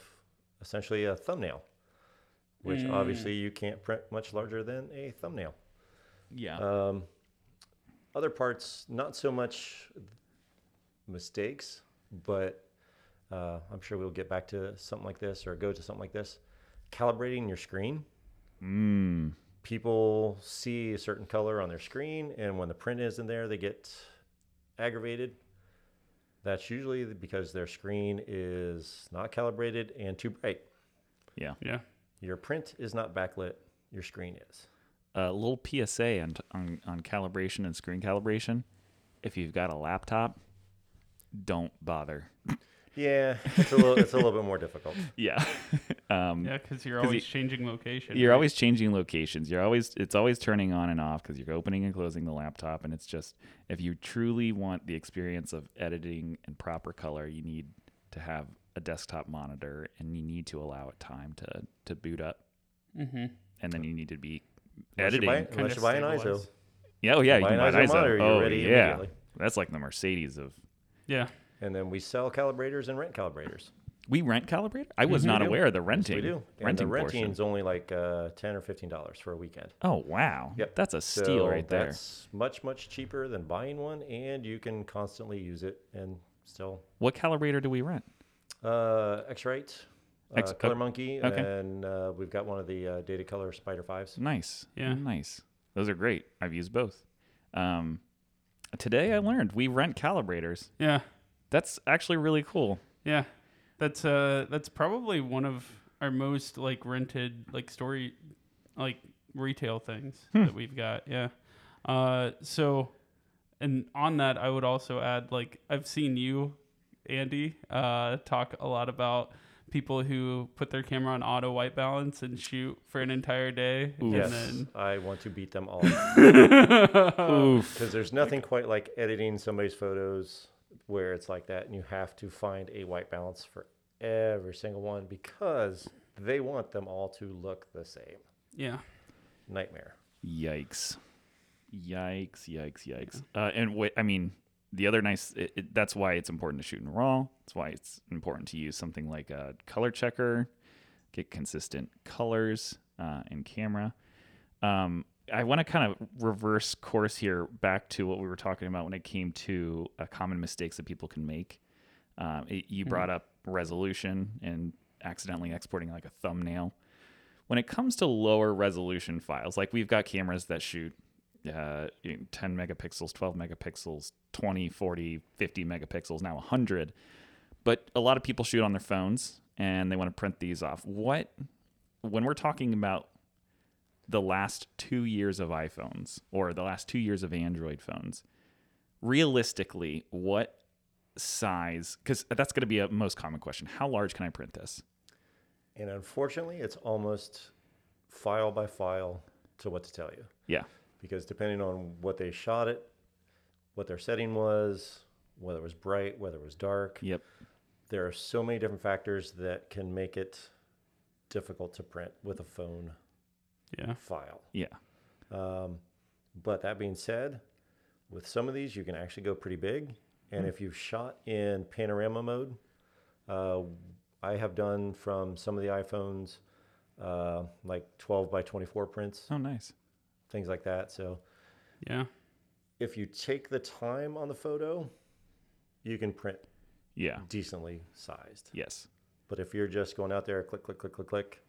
[SPEAKER 3] essentially a thumbnail,
[SPEAKER 2] Uh,
[SPEAKER 3] which obviously you can't print much larger than a thumbnail.
[SPEAKER 2] yeah
[SPEAKER 3] Um, Other parts, not so much mistakes, but uh, I'm sure we'll get back to something like this or go to something like this. Calibrating your screen.
[SPEAKER 2] Hmm.
[SPEAKER 3] People see a certain color on their screen, and when the print isn't there, they get aggravated. That's usually because their screen is not calibrated and too bright.
[SPEAKER 2] Yeah.
[SPEAKER 1] Yeah.
[SPEAKER 3] Your print is not backlit, your screen is.
[SPEAKER 2] A little PSA on, on on calibration and screen calibration. If you've got a laptop, don't bother.
[SPEAKER 3] Yeah, it's a little, it's a little bit more difficult.
[SPEAKER 2] Yeah. um,
[SPEAKER 1] Yeah, because you're always changing location.
[SPEAKER 2] You're
[SPEAKER 1] right?
[SPEAKER 2] always changing locations. You're always it's always turning on and off because you're opening and closing the laptop, and it's just if you truly want the experience of editing and proper color, you need to have a desktop monitor, and you need to allow it time to to boot up, mm-hmm. and then you need to be
[SPEAKER 3] Unless you
[SPEAKER 2] editing.
[SPEAKER 3] buy, unless you buy an ISO.
[SPEAKER 1] stabilize.
[SPEAKER 2] yeah, oh yeah, you
[SPEAKER 3] buy
[SPEAKER 2] can
[SPEAKER 3] an
[SPEAKER 2] buy an
[SPEAKER 3] ISO
[SPEAKER 2] ISO.
[SPEAKER 3] monitor, you're
[SPEAKER 2] oh
[SPEAKER 3] ready
[SPEAKER 2] yeah,
[SPEAKER 3] immediately.
[SPEAKER 2] that's like the Mercedes of.
[SPEAKER 1] Yeah.
[SPEAKER 3] And then we sell calibrators and rent calibrators.
[SPEAKER 2] We rent calibrator. I was not
[SPEAKER 3] do.
[SPEAKER 2] aware of the renting.
[SPEAKER 3] Mm-hmm, We do. And
[SPEAKER 2] Renting
[SPEAKER 3] the renting
[SPEAKER 2] portion.
[SPEAKER 3] is only like uh, 10 or $15 for a weekend.
[SPEAKER 2] Oh wow,
[SPEAKER 3] Yep.
[SPEAKER 2] that's a steal
[SPEAKER 3] So
[SPEAKER 2] right there.
[SPEAKER 3] That's much, much cheaper than buying one, and you can constantly use it and still.
[SPEAKER 2] What calibrator do we rent?
[SPEAKER 3] Uh, X-Rite, uh,
[SPEAKER 2] X-
[SPEAKER 3] Color
[SPEAKER 2] o-
[SPEAKER 3] Monkey,
[SPEAKER 2] okay.
[SPEAKER 3] and uh, we've got one of the uh, Data Color Spider 5s.
[SPEAKER 2] Nice.
[SPEAKER 1] Yeah.
[SPEAKER 2] Nice. Those are great. I've used both. Um, today I learned we rent calibrators.
[SPEAKER 1] Yeah.
[SPEAKER 2] That's actually really cool.
[SPEAKER 1] Yeah. That's uh that's probably one of our most like rented like story like retail things
[SPEAKER 3] Hmm.
[SPEAKER 1] that we've got. Yeah. Uh so and on that I would also add like I've seen you Andy uh talk a lot about people who put their camera on auto white balance and shoot for an entire day
[SPEAKER 3] Yes,
[SPEAKER 1] and then
[SPEAKER 3] I want to beat them all
[SPEAKER 2] Oof.
[SPEAKER 3] because there's nothing quite like editing somebody's photos where it's like that, and you have to find a white balance for every single one because they want them all to look the same.
[SPEAKER 1] yeah.
[SPEAKER 3] Nightmare.
[SPEAKER 2] Yikes. Yikes. Yikes. Yikes. Uh, and what I mean, the other nice. It, it, that's why it's important to shoot in RAW. That's why it's important to use something like a color checker, get consistent colors uh, in camera. um, I want to kind of reverse course here back to what we were talking about when it came to uh, common mistakes that people can make. Um, it- you brought up resolution and accidentally exporting like a thumbnail. When it comes to lower resolution files, like we've got cameras that shoot uh, you know, 10 megapixels, 12 megapixels, 20, 40, 50 megapixels, now 100. But a lot of people shoot on their phones and they want to print these off. What, when we're talking about the last two years of iPhones or the last two years of Android phones, realistically, what size? Because that's going to be a most common question. How large can I print this?
[SPEAKER 3] And unfortunately, it's almost file by file to what to tell you.
[SPEAKER 2] Yeah.
[SPEAKER 3] because depending on what they shot it, what their setting was, whether it was bright, whether it was dark,
[SPEAKER 2] Yep.
[SPEAKER 3] there are so many different factors that can make it difficult to print with a phone
[SPEAKER 1] Yeah.
[SPEAKER 3] file.
[SPEAKER 2] Yeah.
[SPEAKER 3] Um, but that being said, with some of these, you can actually go pretty big. And if you've shot in panorama mode, uh, I have done from some of the iPhones uh, like 12 by 24 prints,
[SPEAKER 2] Oh, nice.
[SPEAKER 3] things like that. So
[SPEAKER 1] Yeah.
[SPEAKER 3] if you take the time on the photo, you can print
[SPEAKER 2] Yeah.
[SPEAKER 3] decently sized.
[SPEAKER 2] Yes.
[SPEAKER 3] But if you're just going out there, click, click, click, click, click,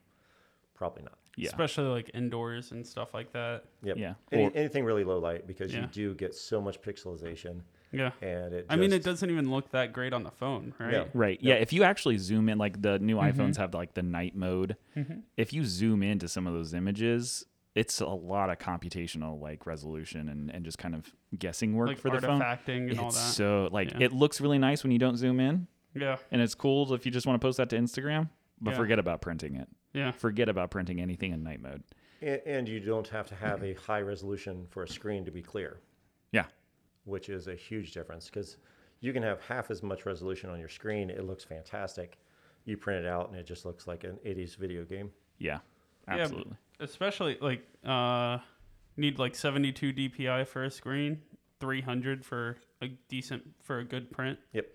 [SPEAKER 3] probably not.
[SPEAKER 2] Yeah.
[SPEAKER 1] Especially like indoors and stuff like that.
[SPEAKER 3] Yep.
[SPEAKER 2] Yeah.
[SPEAKER 3] Any,
[SPEAKER 2] Or-
[SPEAKER 3] anything really low light because you
[SPEAKER 1] Yeah.
[SPEAKER 3] do get so much pixelization,
[SPEAKER 1] Yeah.
[SPEAKER 3] and it. Just,
[SPEAKER 1] I mean, it doesn't even look that great on the phone, right?
[SPEAKER 3] No.
[SPEAKER 2] Right. Yeah. If you actually zoom in, like the new
[SPEAKER 1] Mm-hmm.
[SPEAKER 2] iPhones have like the night mode. If you zoom into some of those images, it's a lot of computational like resolution and, and just kind of guessing work
[SPEAKER 1] Like
[SPEAKER 2] for the phone.
[SPEAKER 1] artifacting and all
[SPEAKER 2] It's
[SPEAKER 1] that.
[SPEAKER 2] so like
[SPEAKER 1] Yeah.
[SPEAKER 2] it looks really nice when you don't zoom in,
[SPEAKER 1] yeah.
[SPEAKER 2] and it's cool if you just want to post that to Instagram. But
[SPEAKER 1] Yeah.
[SPEAKER 2] forget about printing it.
[SPEAKER 1] Yeah.
[SPEAKER 2] Forget about printing anything in night mode.
[SPEAKER 3] And, and you don't have to have a high resolution for a screen to be clear,
[SPEAKER 2] Yeah,
[SPEAKER 3] which is a huge difference because you can have half as much resolution on your screen. It looks fantastic. You print it out, and it just looks like an 80s video game.
[SPEAKER 2] yeah,
[SPEAKER 1] Yeah,
[SPEAKER 2] absolutely.
[SPEAKER 1] especially like uh need like 72 DPI for a screen, 300 for a decent for a good print.
[SPEAKER 3] Yep.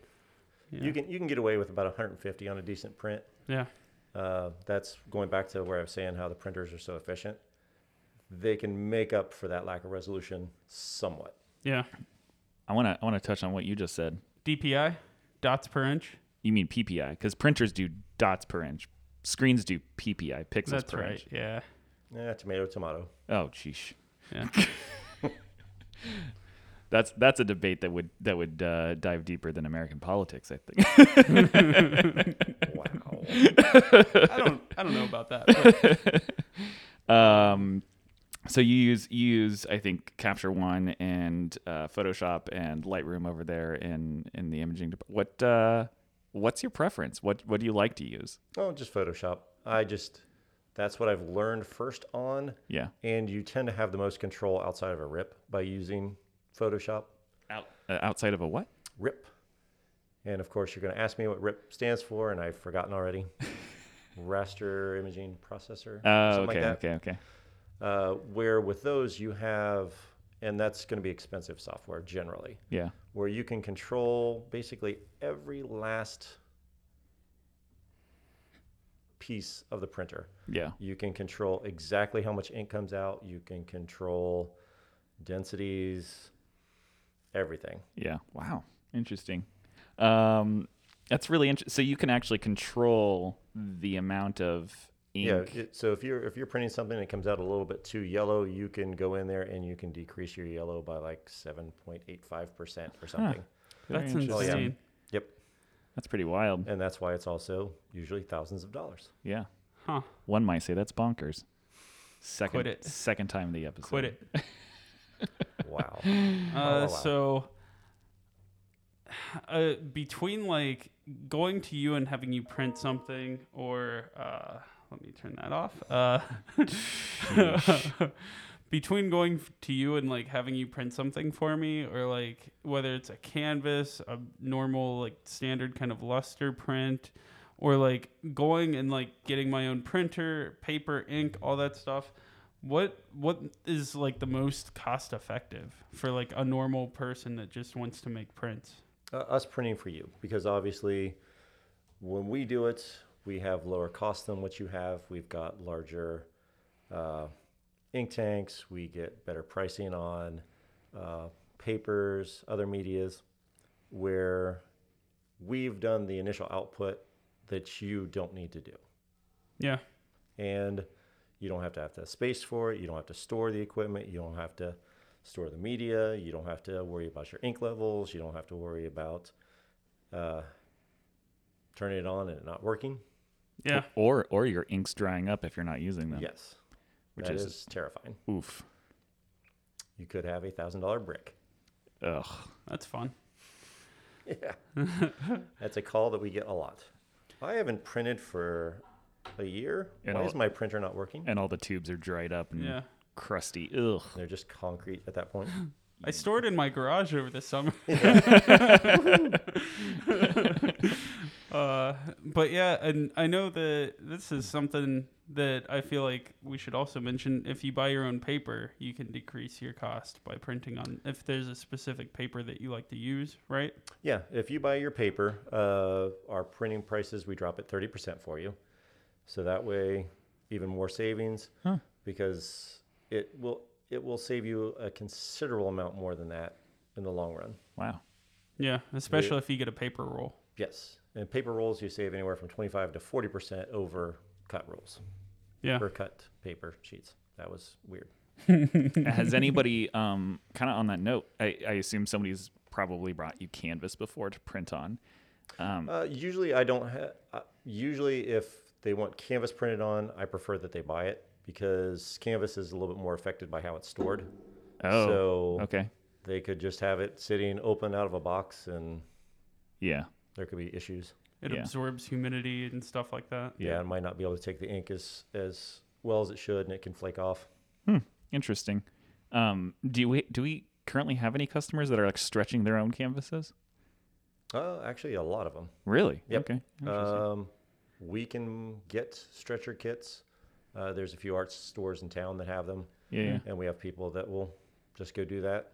[SPEAKER 1] Yeah.
[SPEAKER 3] You can you can get away with about 150 on a decent print.
[SPEAKER 1] Yeah.
[SPEAKER 3] Uh, that's going back to where I was saying how the printers are so efficient. They can make up for that lack of resolution somewhat.
[SPEAKER 1] Yeah.
[SPEAKER 2] I want to I want to touch on what you just said.
[SPEAKER 1] DPI, dots per inch.
[SPEAKER 2] You mean PPI because printers do dots per inch, screens do PPI pixels
[SPEAKER 1] That's
[SPEAKER 2] per
[SPEAKER 1] right.
[SPEAKER 2] inch.
[SPEAKER 1] Yeah.
[SPEAKER 3] Yeah, Eh, tomato, tomato.
[SPEAKER 2] Oh, sheesh.
[SPEAKER 1] Yeah.
[SPEAKER 2] That's that's a debate that would that would uh, dive deeper than American politics. I think.
[SPEAKER 3] Wow.
[SPEAKER 1] I don't. I don't know about that. but-
[SPEAKER 2] Um, so you use you use I think Capture One and uh, Photoshop and Lightroom over there in in the imaging. Dep- what uh, what's your preference? What what do you like to use?
[SPEAKER 3] oh, just Photoshop. I just, that's what I've learned first on.
[SPEAKER 2] Yeah,
[SPEAKER 3] And you tend to have the most control outside of a rip by using Photoshop.
[SPEAKER 2] Out, uh, outside of a what?
[SPEAKER 3] RIP. And of course, you're going to ask me what RIP stands for, and I've forgotten already. Raster Imaging Processor.
[SPEAKER 2] Oh,
[SPEAKER 3] something
[SPEAKER 2] okay,
[SPEAKER 3] like that.
[SPEAKER 2] okay, okay.
[SPEAKER 3] Uh, where with those, you have, and that's going to be expensive software generally,
[SPEAKER 2] Yeah,
[SPEAKER 3] where you can control basically every last piece of the printer.
[SPEAKER 2] yeah,
[SPEAKER 3] You can control exactly how much ink comes out, you can control densities, everything.
[SPEAKER 2] yeah. Wow, interesting. Um, that's really interesting. So you can actually control the amount of
[SPEAKER 3] Yeah.
[SPEAKER 2] ink.
[SPEAKER 3] It, so if you're if you're printing something and it comes out a little bit too yellow, you can go in there and you can decrease your yellow by like seven point eight five percent or something.
[SPEAKER 2] Very
[SPEAKER 1] That's
[SPEAKER 2] interesting.
[SPEAKER 3] Oh, yeah.
[SPEAKER 1] insane.
[SPEAKER 3] Yep.
[SPEAKER 2] That's pretty wild.
[SPEAKER 3] And that's why it's also usually thousands of dollars.
[SPEAKER 2] Yeah.
[SPEAKER 1] Huh.
[SPEAKER 2] One might say that's bonkers. Second,
[SPEAKER 1] Quit it.
[SPEAKER 2] second time in the episode.
[SPEAKER 1] Quit it.
[SPEAKER 3] Wow.
[SPEAKER 1] Uh,
[SPEAKER 3] wow.
[SPEAKER 1] So, uh, between like going to you and having you print something, or uh, let me turn that off. Uh, between going f- to you and like having you print something for me, or like whether it's a canvas, a normal like standard kind of luster print, or like going and like getting my own printer, paper, ink, all that stuff. What what is like the most cost effective for like a normal person that just wants to make prints?
[SPEAKER 3] Uh, us printing for you because obviously when we do it, we have lower costs than what you have. We've got larger uh, ink tanks. We get better pricing on uh, papers, other medias, where we've done the initial output that you don't need to do.
[SPEAKER 1] Yeah.
[SPEAKER 3] And you don't have to have the space for it. You don't have to store the equipment. You don't have to store the media. You don't have to worry about your ink levels. You don't have to worry about uh, turning it on and it not working.
[SPEAKER 1] Yeah.
[SPEAKER 2] Or or your ink's drying up if you're not using them.
[SPEAKER 3] Yes,
[SPEAKER 2] Which
[SPEAKER 3] that
[SPEAKER 2] is-
[SPEAKER 3] is, terrifying.
[SPEAKER 2] Oof.
[SPEAKER 3] You could have a thousand dollar brick.
[SPEAKER 2] Ugh.
[SPEAKER 1] That's fun.
[SPEAKER 3] Yeah, that's a call that we get a lot. I haven't printed for a year.
[SPEAKER 2] And
[SPEAKER 3] Why
[SPEAKER 2] all-
[SPEAKER 3] is my printer not working?
[SPEAKER 2] And all the tubes are dried up and
[SPEAKER 1] Yeah.
[SPEAKER 2] crusty. Ugh.
[SPEAKER 3] They're just concrete at that point.
[SPEAKER 1] I stored in my garage over the summer. uh, but yeah, and I know that this is something that I feel like we should also mention. If you buy your own paper, you can decrease your cost by printing on if there's a specific paper that you like to use, right?
[SPEAKER 3] Yeah, if you buy your paper, uh, our printing prices we drop at thirty percent for you, so that way even more savings because it will it will save you a considerable amount more than that in the long run.
[SPEAKER 2] Wow.
[SPEAKER 1] Yeah, especially if you get a paper roll.
[SPEAKER 3] Yes, and paper rolls you save anywhere from twenty five to forty percent over cut rolls
[SPEAKER 1] Yeah.
[SPEAKER 3] or cut paper sheets. That was weird.
[SPEAKER 2] Has anybody um kind of on that note, I, I assume somebody's probably brought you canvas before to print on.
[SPEAKER 3] Uh, usually, I don't. Ha- uh, usually, if they want canvas printed on, I prefer that they buy it because canvas is a little bit more affected by how it's stored.
[SPEAKER 2] Oh.
[SPEAKER 3] so
[SPEAKER 2] Okay.
[SPEAKER 3] they could just have it sitting open out of a box, and
[SPEAKER 2] Yeah.
[SPEAKER 3] there could be issues.
[SPEAKER 1] It
[SPEAKER 2] Yeah.
[SPEAKER 1] absorbs humidity and stuff like that.
[SPEAKER 3] Yeah, it might not be able to take the ink as as well as it should, and it can flake off.
[SPEAKER 2] Hmm. Interesting. Um do we do we currently have any customers that are like stretching their own canvases?
[SPEAKER 3] Uh, actually, a lot of them.
[SPEAKER 2] Really?
[SPEAKER 3] Yep.
[SPEAKER 2] Okay. Interesting.
[SPEAKER 3] Um, we can get stretcher kits. Uh, there's a few art stores in town that have them.
[SPEAKER 2] yeah, yeah.
[SPEAKER 3] and we have people that will just go do that.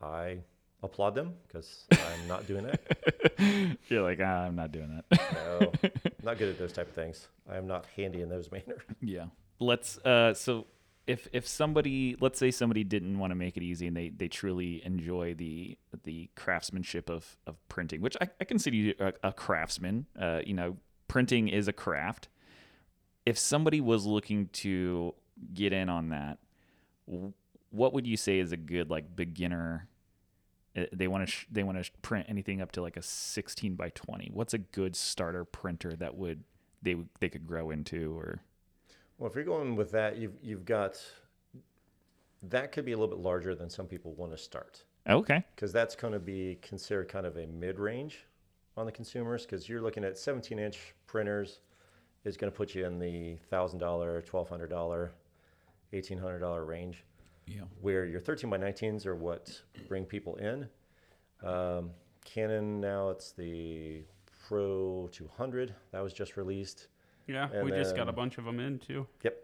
[SPEAKER 3] I applaud them because I'm not doing that.
[SPEAKER 2] You're like, ah, I'm not doing that.
[SPEAKER 3] No, not good at those type of things. I am not handy in those manner.
[SPEAKER 2] yeah. Let's uh so if if somebody let's say somebody didn't want to make it easy and they they truly enjoy the the craftsmanship of of printing which i, I consider you a, a craftsman uh, you know printing is a craft if somebody was looking to get in on that w- what would you say is a good like beginner uh, they want to sh- they want to print anything up to like a 16 by 20 what's a good starter printer that would they would- they could grow into or
[SPEAKER 3] Well, if you're going with that, you've you've got that could be a little bit larger than some people want to start
[SPEAKER 2] Oh, okay
[SPEAKER 3] because that's going to be considered kind of a mid-range on the consumers because you're looking at 17-inch printers is going to put you in the thousand dollar, twelve hundred dollar, eighteen hundred dollar range.
[SPEAKER 2] yeah
[SPEAKER 3] where your 13 by 19s are what bring people in. Um, Canon now it's the Pro 200 that was just released.
[SPEAKER 1] Yeah,
[SPEAKER 3] And
[SPEAKER 1] we just got a
[SPEAKER 3] then-
[SPEAKER 1] bunch of them in too.
[SPEAKER 3] Yep,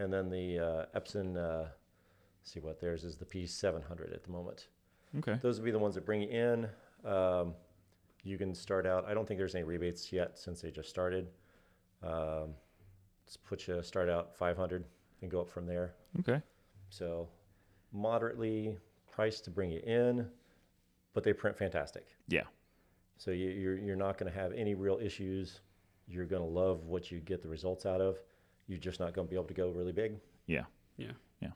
[SPEAKER 3] and then the uh, Epson. Uh, let's see what theirs is the P700 at the moment.
[SPEAKER 2] okay
[SPEAKER 3] Those would be the ones that bring you in. Um, you can start out. I don't think there's any rebates yet since they just started. Um, let's put you start out 500 and go up from there.
[SPEAKER 2] okay
[SPEAKER 3] So moderately priced to bring you in, but they print fantastic.
[SPEAKER 2] yeah
[SPEAKER 3] So you, you're, you're not going to have any real issues. You're going to love what you get the results out of. You're just not going to be able to go really big.
[SPEAKER 2] yeah
[SPEAKER 1] Yeah.
[SPEAKER 2] Yeah.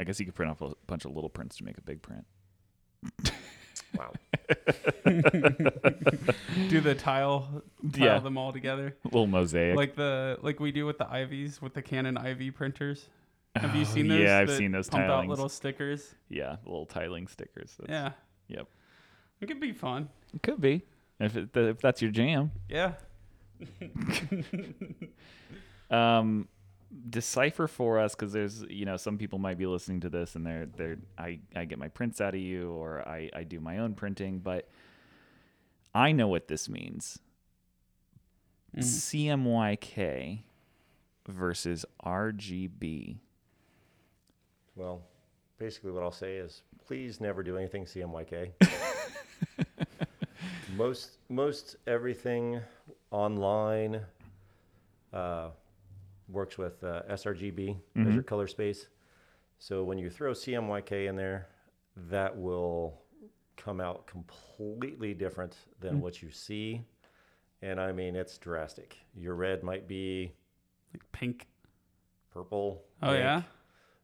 [SPEAKER 2] I guess you could print off a bunch of little prints to make a big print.
[SPEAKER 3] Wow.
[SPEAKER 1] Do the tile, tile
[SPEAKER 2] Yeah.
[SPEAKER 1] them all together.
[SPEAKER 2] little mosaic.
[SPEAKER 1] Like the like we do with the Ivies with the Canon IV printers. Have you seen
[SPEAKER 2] Oh, yeah,
[SPEAKER 1] those?
[SPEAKER 2] I've
[SPEAKER 1] that
[SPEAKER 2] seen those
[SPEAKER 1] Pump out
[SPEAKER 2] tilings.
[SPEAKER 1] little stickers.
[SPEAKER 2] yeah, little tiling stickers. That's-
[SPEAKER 1] Yeah,
[SPEAKER 2] Yep.
[SPEAKER 1] it could be fun.
[SPEAKER 2] It could be. If, it, if that's your jam.
[SPEAKER 1] Yeah.
[SPEAKER 2] Um, decipher for us because there's you know some people might be listening to this and they're they're I, I get my prints out of you or I, I do my own printing but I know what this means Mm. CMYK versus RGB
[SPEAKER 3] Well, basically what I'll say is please never do anything CMYK. most, most everything online uh, works with uh, sRGB,
[SPEAKER 1] Mm-hmm.
[SPEAKER 3] measure color space. So when you throw CMYK in there, that will come out completely different than
[SPEAKER 1] Mm.
[SPEAKER 3] what you see. And I mean, it's drastic. Your red might be
[SPEAKER 1] Like pink.
[SPEAKER 3] purple.
[SPEAKER 1] Oh
[SPEAKER 3] pink,
[SPEAKER 1] yeah.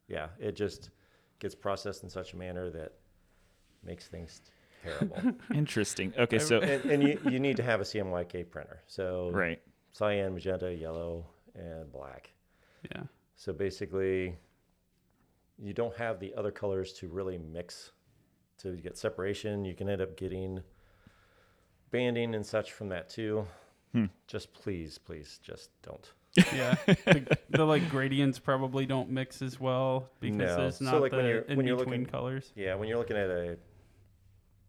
[SPEAKER 3] yeah, it just gets processed in such a manner that makes things terrible.
[SPEAKER 2] interesting okay so
[SPEAKER 3] and and you, you need to have a CMYK printer. So
[SPEAKER 2] right
[SPEAKER 3] cyan, magenta, yellow, and black.
[SPEAKER 1] Yeah.
[SPEAKER 3] So basically, you don't have the other colors to really mix to get separation. You can end up getting banding and such from that too. Just please, please, just don't.
[SPEAKER 1] Yeah. the, the like gradients probably don't mix as well because
[SPEAKER 3] No.
[SPEAKER 1] there's
[SPEAKER 3] So,
[SPEAKER 1] not
[SPEAKER 3] like,
[SPEAKER 1] the
[SPEAKER 3] when you're-
[SPEAKER 1] in
[SPEAKER 3] when you're
[SPEAKER 1] between
[SPEAKER 3] looking-
[SPEAKER 1] colors.
[SPEAKER 3] Yeah, when you're looking at a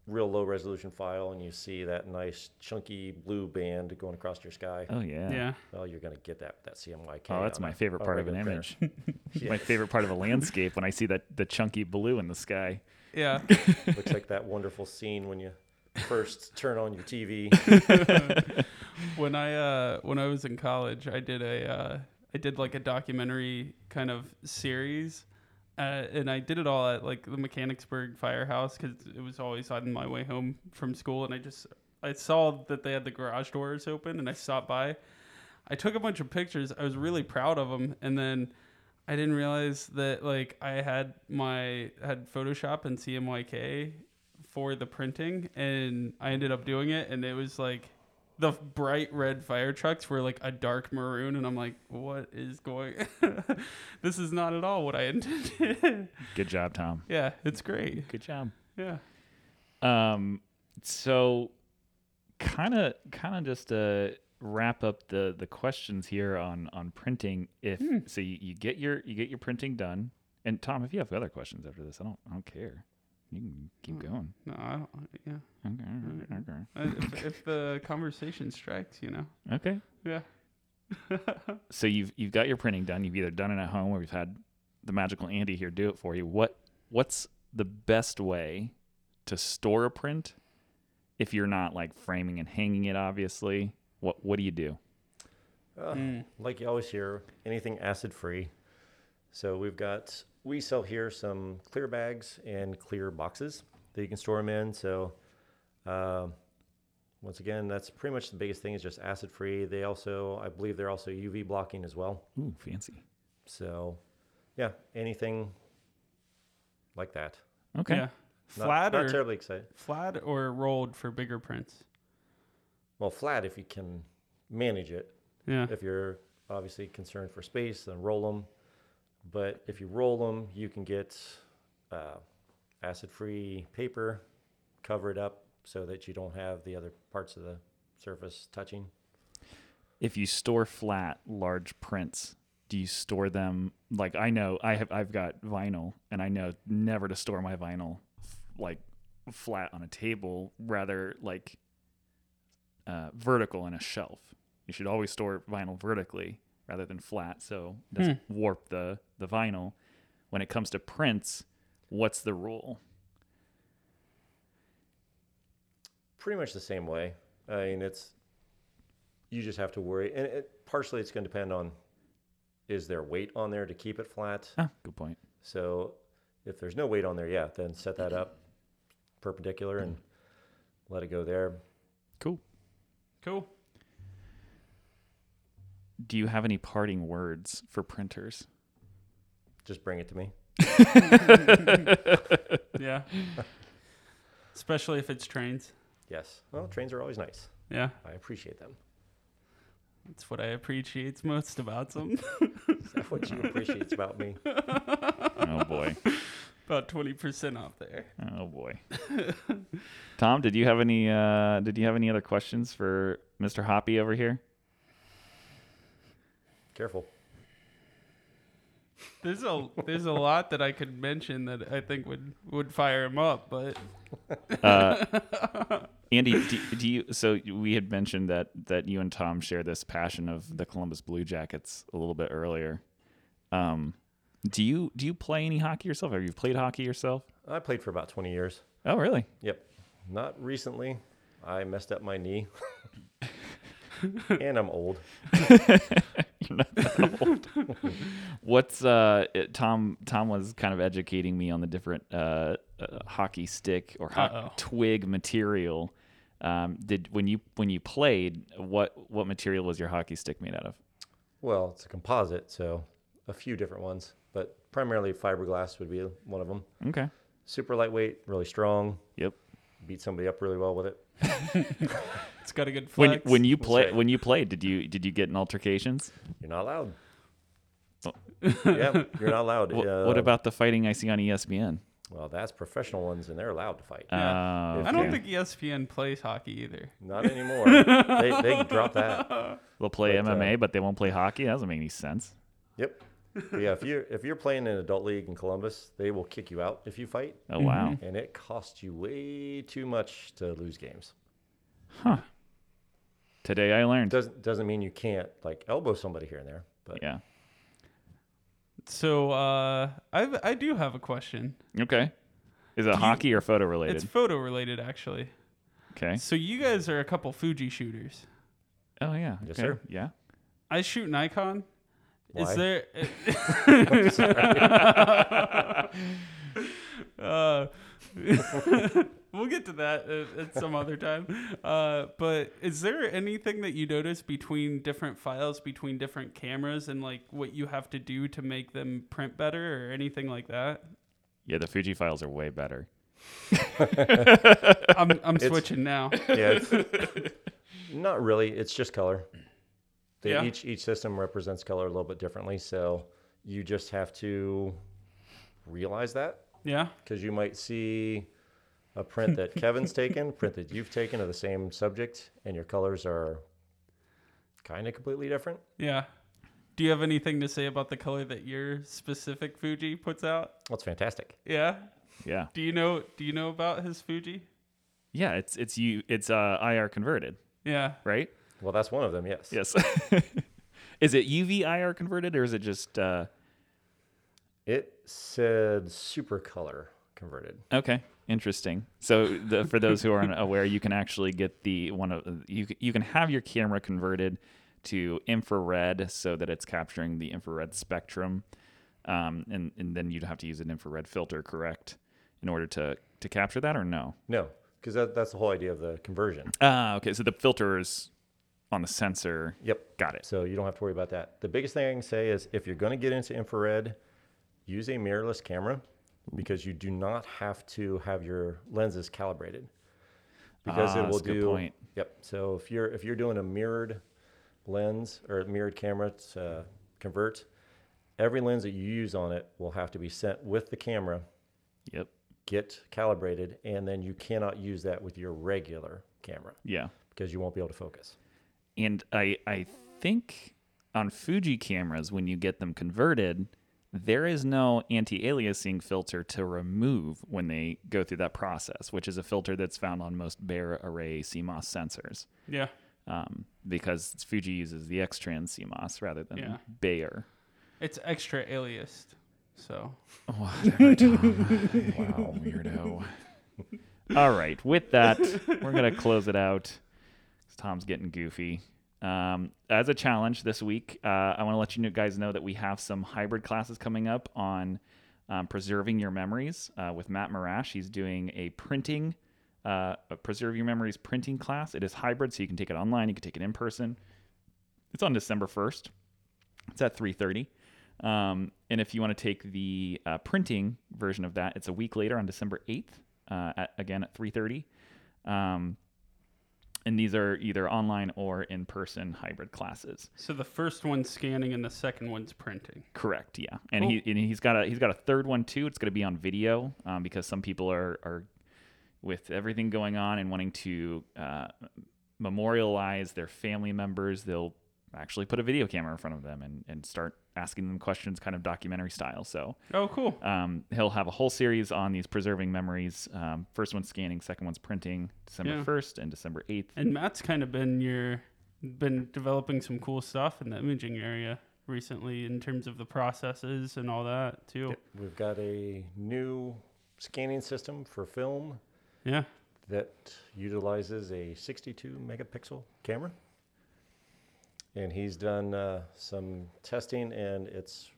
[SPEAKER 3] real low resolution file and you see that nice chunky blue band going across your sky,
[SPEAKER 2] oh yeah
[SPEAKER 1] Yeah.
[SPEAKER 3] well, you're going to get that that CMYK.
[SPEAKER 2] Oh, that's
[SPEAKER 3] on
[SPEAKER 2] my
[SPEAKER 3] a-
[SPEAKER 2] favorite
[SPEAKER 3] a
[SPEAKER 2] part of an
[SPEAKER 3] regular printer.
[SPEAKER 2] image. My favorite part of a landscape when I see that the chunky blue in the sky.
[SPEAKER 1] Yeah.
[SPEAKER 3] Looks like that wonderful scene when you first turn on your TV.
[SPEAKER 1] when I uh, when I was in college, I did a uh, I did like a documentary kind of series, uh, and I did it all at like the Mechanicsburg Firehouse because it was always on my way home from school, and I just I saw that they had the garage doors open, and I stopped by. I took a bunch of pictures. I was really proud of them, and then I didn't realize that like I had my had Photoshop and CMYK for the printing, and I ended up doing it, and it was like the bright red fire trucks were like a dark maroon, and I'm like, what is going? this is not at all what I intended.
[SPEAKER 2] Good job, Tom.
[SPEAKER 1] yeah, it's great.
[SPEAKER 2] Good job.
[SPEAKER 1] Yeah,
[SPEAKER 2] Um, so kind of, kind of just uh, wrap up the the questions here on on printing. If so, you, you get your you get your printing done. And Tom, if you have other questions after this, I don't I don't care. You can keep going.
[SPEAKER 1] no, I don't, yeah.
[SPEAKER 2] Okay, okay, okay.
[SPEAKER 1] Uh, If, if the conversation strikes, you know,
[SPEAKER 2] Okay.
[SPEAKER 1] yeah,
[SPEAKER 2] so you've you've got your printing done. You've either done it at home or you've had the magical Andy here do it for you. What what's the best way to store a print if you're not like framing and hanging it? Obviously, what what do you do?
[SPEAKER 3] Uh, Like you always hear, anything acid free. So we've got, we sell here some clear bags and clear boxes that you can store them in. So, um, once again, that's pretty much the biggest thing is just acid free. They also, I believe, they're also UV blocking as well.
[SPEAKER 2] Ooh, fancy.
[SPEAKER 3] So, yeah, anything like that.
[SPEAKER 2] Okay.
[SPEAKER 1] Yeah.
[SPEAKER 3] Not,
[SPEAKER 1] Flat
[SPEAKER 3] not
[SPEAKER 1] or
[SPEAKER 3] terribly excited.
[SPEAKER 1] flat or rolled for bigger prints.
[SPEAKER 3] Well, flat if you can manage it.
[SPEAKER 1] Yeah.
[SPEAKER 3] If you're obviously concerned for space, then roll them. But if you roll them, you can get uh, acid-free paper, cover it up so that you don't have the other parts of the surface touching.
[SPEAKER 2] If you store flat large prints, do you store them like I know I have I've got vinyl and I know never to store my vinyl f- like flat on a table, rather like uh, vertical in a shelf. You should always store vinyl vertically rather than flat so it doesn't warp the the vinyl. When it comes to prints, what's the rule?
[SPEAKER 3] pretty much the same way. I mean, it's you just have to worry, and it, partially it's going to depend on is there weight on there to keep it flat.
[SPEAKER 2] Ah, good point.
[SPEAKER 3] So if there's no weight on there, yeah, then set that up perpendicular and let it go there.
[SPEAKER 2] Cool.
[SPEAKER 1] Cool.
[SPEAKER 2] Do you have any parting words for printers?
[SPEAKER 3] Just bring it to me.
[SPEAKER 1] Yeah. Especially if it's trains.
[SPEAKER 3] Yes. Well, trains are always nice.
[SPEAKER 1] Yeah.
[SPEAKER 3] I appreciate them.
[SPEAKER 1] That's what I appreciate most about them.
[SPEAKER 3] Is that what you appreciate about me?
[SPEAKER 2] Oh boy.
[SPEAKER 1] about 20% off there.
[SPEAKER 2] Oh boy. Tom, did you have any uh did you have any other questions for Mr. Hoppy over here?
[SPEAKER 3] Careful.
[SPEAKER 1] There's a there's a lot that I could mention that I think would would fire him up, but
[SPEAKER 2] Uh, Andy, do, do you so we had mentioned that that you and Tom share this passion of the Columbus Blue Jackets a little bit earlier. Um do you do you play any hockey yourself? Have you played hockey yourself?
[SPEAKER 3] I played for about 20 years.
[SPEAKER 2] Oh, really?
[SPEAKER 3] Yep. Not recently. I messed up my knee. and I'm old.
[SPEAKER 2] You're not that old. What's uh it- Tom Tom was kind of educating me on the different uh, uh hockey stick or ho-
[SPEAKER 1] Uh-oh.
[SPEAKER 2] twig material. Um did when you when you played what what material was your hockey stick made out of?
[SPEAKER 3] Well, it's a composite, so a few different ones, but primarily fiberglass would be one of them.
[SPEAKER 2] Okay.
[SPEAKER 3] Super lightweight, really strong.
[SPEAKER 2] Yep.
[SPEAKER 3] Beat somebody up really well with it.
[SPEAKER 1] it's got a good
[SPEAKER 2] When
[SPEAKER 1] flex.
[SPEAKER 2] when you play
[SPEAKER 3] say.
[SPEAKER 2] when you played did you did you get in altercations?
[SPEAKER 3] You're not allowed.
[SPEAKER 2] Oh.
[SPEAKER 3] yeah, you're not allowed.
[SPEAKER 2] Wh-
[SPEAKER 3] Uh,
[SPEAKER 2] what about the fighting I see on E ESPN?
[SPEAKER 3] Well, that's professional ones, and they're allowed to fight.
[SPEAKER 1] Yeah.
[SPEAKER 2] Oh,
[SPEAKER 3] If
[SPEAKER 1] I don't
[SPEAKER 2] okay.
[SPEAKER 1] think E ESPN plays hockey either.
[SPEAKER 3] Not anymore. they they drop that.
[SPEAKER 2] they'll play
[SPEAKER 3] but, uh,
[SPEAKER 2] MMA but they won't play hockey. That doesn't make any sense.
[SPEAKER 3] Yep. But yeah, if you if you're playing in adult league in Columbus, they will kick you out if you fight,
[SPEAKER 2] Oh
[SPEAKER 1] Mm-hmm.
[SPEAKER 2] wow.
[SPEAKER 3] and it costs you way too much to lose games.
[SPEAKER 2] Today I learned.
[SPEAKER 3] Doesn't doesn't mean you can't like elbow somebody here and there, but
[SPEAKER 2] Yeah.
[SPEAKER 1] So uh, I I do have a question.
[SPEAKER 2] Okay. Is it hockey or photo related?
[SPEAKER 1] It's photo related actually.
[SPEAKER 2] okay.
[SPEAKER 1] So you guys are a couple Fuji shooters.
[SPEAKER 2] Oh yeah.
[SPEAKER 3] Yes,
[SPEAKER 2] okay.
[SPEAKER 3] sir.
[SPEAKER 2] Yeah.
[SPEAKER 1] I shoot Nikon.
[SPEAKER 3] Why?
[SPEAKER 1] Is there? uh, we'll get to that at, at some other time. Uh, but is there anything that you notice between different files, between different cameras, and like what you have to do to make them print better or anything like that?
[SPEAKER 2] Yeah, the Fuji files are way better.
[SPEAKER 1] I'm I'm switching now.
[SPEAKER 3] yeah, it's- not really. It's just color. They,
[SPEAKER 1] Yeah.
[SPEAKER 3] Each each system represents color a little bit differently, so you just have to realize that
[SPEAKER 1] Yeah.
[SPEAKER 3] because you might see a print that Kevin's taken, print that you've taken of the same subject, and your colors are kind of completely different.
[SPEAKER 1] Yeah. Do you have anything to say about the color that your specific Fuji puts out?
[SPEAKER 3] That's fantastic.
[SPEAKER 1] Yeah.
[SPEAKER 2] Yeah.
[SPEAKER 1] Do you know do you know about his Fuji?
[SPEAKER 2] Yeah, it's it's you it's uh IR converted,
[SPEAKER 1] Yeah.
[SPEAKER 2] right?
[SPEAKER 3] Well, that's one of them. Yes.
[SPEAKER 2] Yes. is it UV IR converted or is it just uh
[SPEAKER 3] It said super color converted.
[SPEAKER 2] Okay, interesting. So, the, for those who aren't aware, you can actually get the one of you. c- You can have your camera converted to infrared so that it's capturing the infrared spectrum, um, and and then you'd have to use an infrared filter, correct, in order to to capture that, or no?
[SPEAKER 3] No, because that, that's the whole idea of the conversion.
[SPEAKER 2] Ah, okay. So the filter is on the sensor.
[SPEAKER 3] Yep.
[SPEAKER 2] Got it.
[SPEAKER 3] So you don't have to worry about that. The biggest thing I can say is if you're going to get into infrared, use a mirrorless camera because you do not have to have your lenses calibrated because
[SPEAKER 2] Ah,
[SPEAKER 3] it will
[SPEAKER 2] that's a good
[SPEAKER 3] do.
[SPEAKER 2] point.
[SPEAKER 3] Yep. So if you're if you're doing a mirrored lens or mirrored camera to uh, convert, every lens that you use on it will have to be sent with the camera,
[SPEAKER 2] Yep.
[SPEAKER 3] get calibrated, and then you cannot use that with your regular camera
[SPEAKER 2] Yeah.
[SPEAKER 3] because you won't be able to focus.
[SPEAKER 2] and I I think on Fuji cameras when you get them converted, there is no anti-aliasing filter to remove when they go through that process, which is a filter that's found on most bare array CMOS sensors,
[SPEAKER 1] Yeah.
[SPEAKER 2] um, because Fuji uses the X-Trans CMOS rather than
[SPEAKER 1] Yeah.
[SPEAKER 2] Bayer.
[SPEAKER 1] It's extra aliased. So
[SPEAKER 2] Wow, weirdo. All right, with that, we're going to close it out. 'cause Tom's getting goofy. Um, as a challenge this week, uh, I want to let you know- guys know that we have some hybrid classes coming up on um, preserving your memories uh, with Matt Marash. He's doing a printing, uh, a preserve your memories printing class. It is hybrid, so you can take it online, you can take it in person. It's on December 1st. It's at 3:30. Um, and if you want to take the uh, printing version of that, it's a week later on December 8th, uh, at, again at 3:30. Um, and these are either online or in-person hybrid classes.
[SPEAKER 1] so the first one's scanning and the second one's printing.
[SPEAKER 2] Correct. Yeah. And he and he's got a he's got a third one too. It's going to be on video um, because some people are are with everything going on and wanting to uh, memorialize their family members. They'll actually put a video camera in front of them and and start asking them questions, kind of documentary style. So
[SPEAKER 1] Oh, cool.
[SPEAKER 2] um, he'll have a whole series on these preserving memories. Um, first one's scanning, second one's printing, December
[SPEAKER 1] Yeah.
[SPEAKER 2] first and December eighth.
[SPEAKER 1] And Matt's kind of been your been developing some cool stuff in the imaging area recently in terms of the processes and all that too.
[SPEAKER 3] We've got a new scanning system for film
[SPEAKER 1] Yeah.
[SPEAKER 3] that utilizes a 62 megapixel camera. And he's done uh, some testing, and it's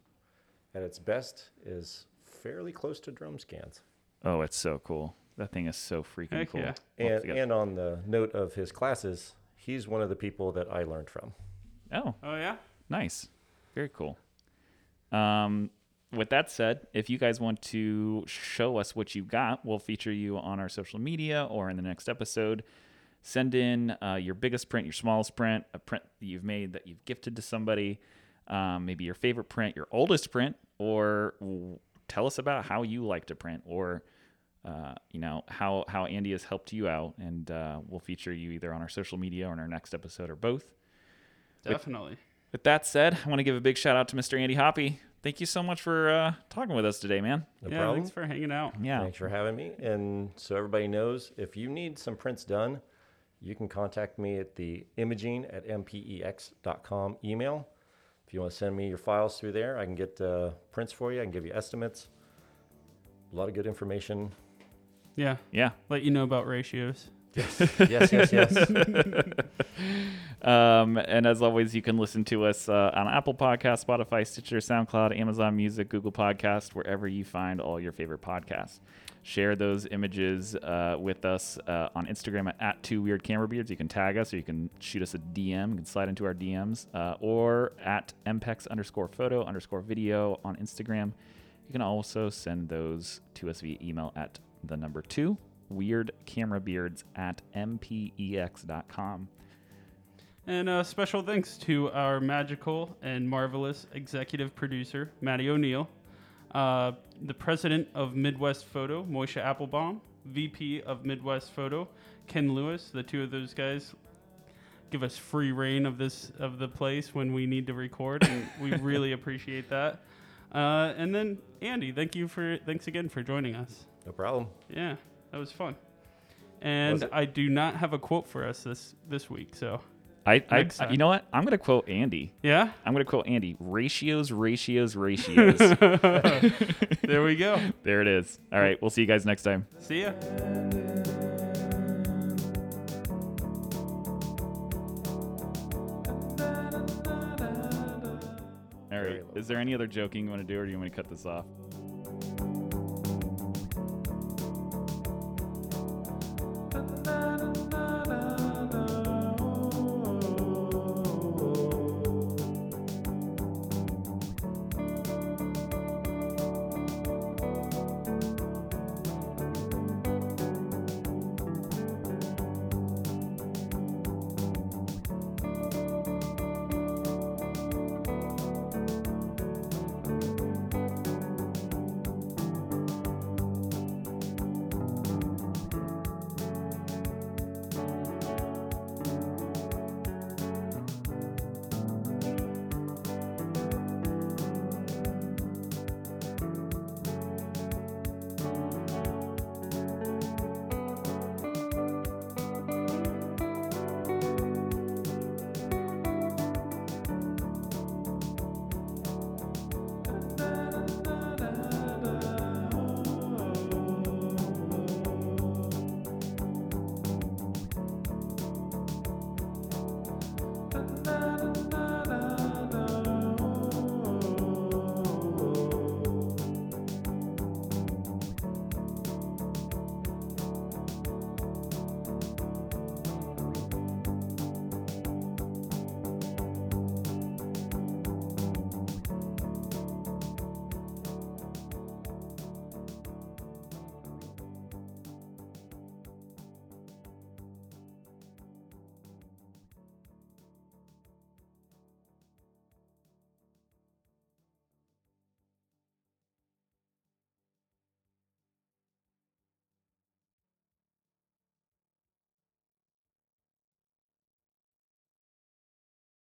[SPEAKER 3] at its best is fairly close to drum scans.
[SPEAKER 2] Oh, it's so cool. That thing is so freaking
[SPEAKER 1] Heck
[SPEAKER 2] cool.
[SPEAKER 1] yeah.
[SPEAKER 2] We'll have
[SPEAKER 3] And,
[SPEAKER 2] to get-
[SPEAKER 3] and on the note of his classes, he's one of the people that I learned from.
[SPEAKER 2] oh,
[SPEAKER 1] Oh yeah.
[SPEAKER 2] Nice. Very cool. Um, with that said, if you guys want to show us what you got, we'll feature you on our social media or in the next episode. Send in uh, your biggest print, your smallest print, a print that you've made that you've gifted to somebody, um, maybe your favorite print, your oldest print, or w- tell us about how you like to print or uh, you know how how Andy has helped you out, and uh, we'll feature you either on our social media or in our next episode or both.
[SPEAKER 1] Definitely.
[SPEAKER 2] With that said, I want to give a big shout out to Mr. Andy Hoppy. Thank you so much for uh, talking with us today, man.
[SPEAKER 3] No
[SPEAKER 1] yeah,
[SPEAKER 3] problem.
[SPEAKER 1] thanks for hanging out.
[SPEAKER 2] Yeah.
[SPEAKER 3] Thanks for having me. And so everybody knows, if you need some prints done, you can contact me at the imaging at e mpex.com email. If you want to send me your files through there, I can get uh, prints for you. I can give you estimates. A lot of good information.
[SPEAKER 1] Yeah.
[SPEAKER 2] Yeah.
[SPEAKER 1] Let you know about ratios.
[SPEAKER 3] Yes, yes, yes.
[SPEAKER 2] Um, and as always, you can listen to us uh, on Apple Podcasts, Spotify, Stitcher, SoundCloud, Amazon Music, Google Podcasts, wherever you find all your favorite podcasts. Share those images uh, with us uh, on Instagram at, at two weird camera beards. You can tag us, or you can shoot us a DM. You can slide into our DMs uh, or at mpex underscore photo underscore video on Instagram. You can also send those to us via email at the number two weird camera beards at e mpex.com.
[SPEAKER 1] And uh, special thanks to our magical and marvelous executive producer, Matty O'Neill, uh, the president of Midwest Photo, Moisha Applebaum, VP of Midwest Photo, Ken Lewis. The two of those guys give us free reign of this of the place when we need to record, and we really appreciate that. Uh, and then Andy, thank you for thanks again for joining us.
[SPEAKER 3] No problem.
[SPEAKER 1] Yeah, that was fun.
[SPEAKER 3] Was
[SPEAKER 1] And
[SPEAKER 3] it?
[SPEAKER 1] I do not have a quote for us this this week, so
[SPEAKER 2] I, I
[SPEAKER 1] Next time.
[SPEAKER 2] you know what? I'm gonna quote Andy.
[SPEAKER 1] yeah.
[SPEAKER 2] I'm gonna quote Andy. Ratios, ratios, ratios.
[SPEAKER 1] There we go.
[SPEAKER 2] there it is. All right, we'll see you guys next time.
[SPEAKER 1] See ya.
[SPEAKER 2] All All
[SPEAKER 4] Very
[SPEAKER 2] right.
[SPEAKER 4] little.
[SPEAKER 2] Is there any other joking you want to do, or do you want me to cut this off?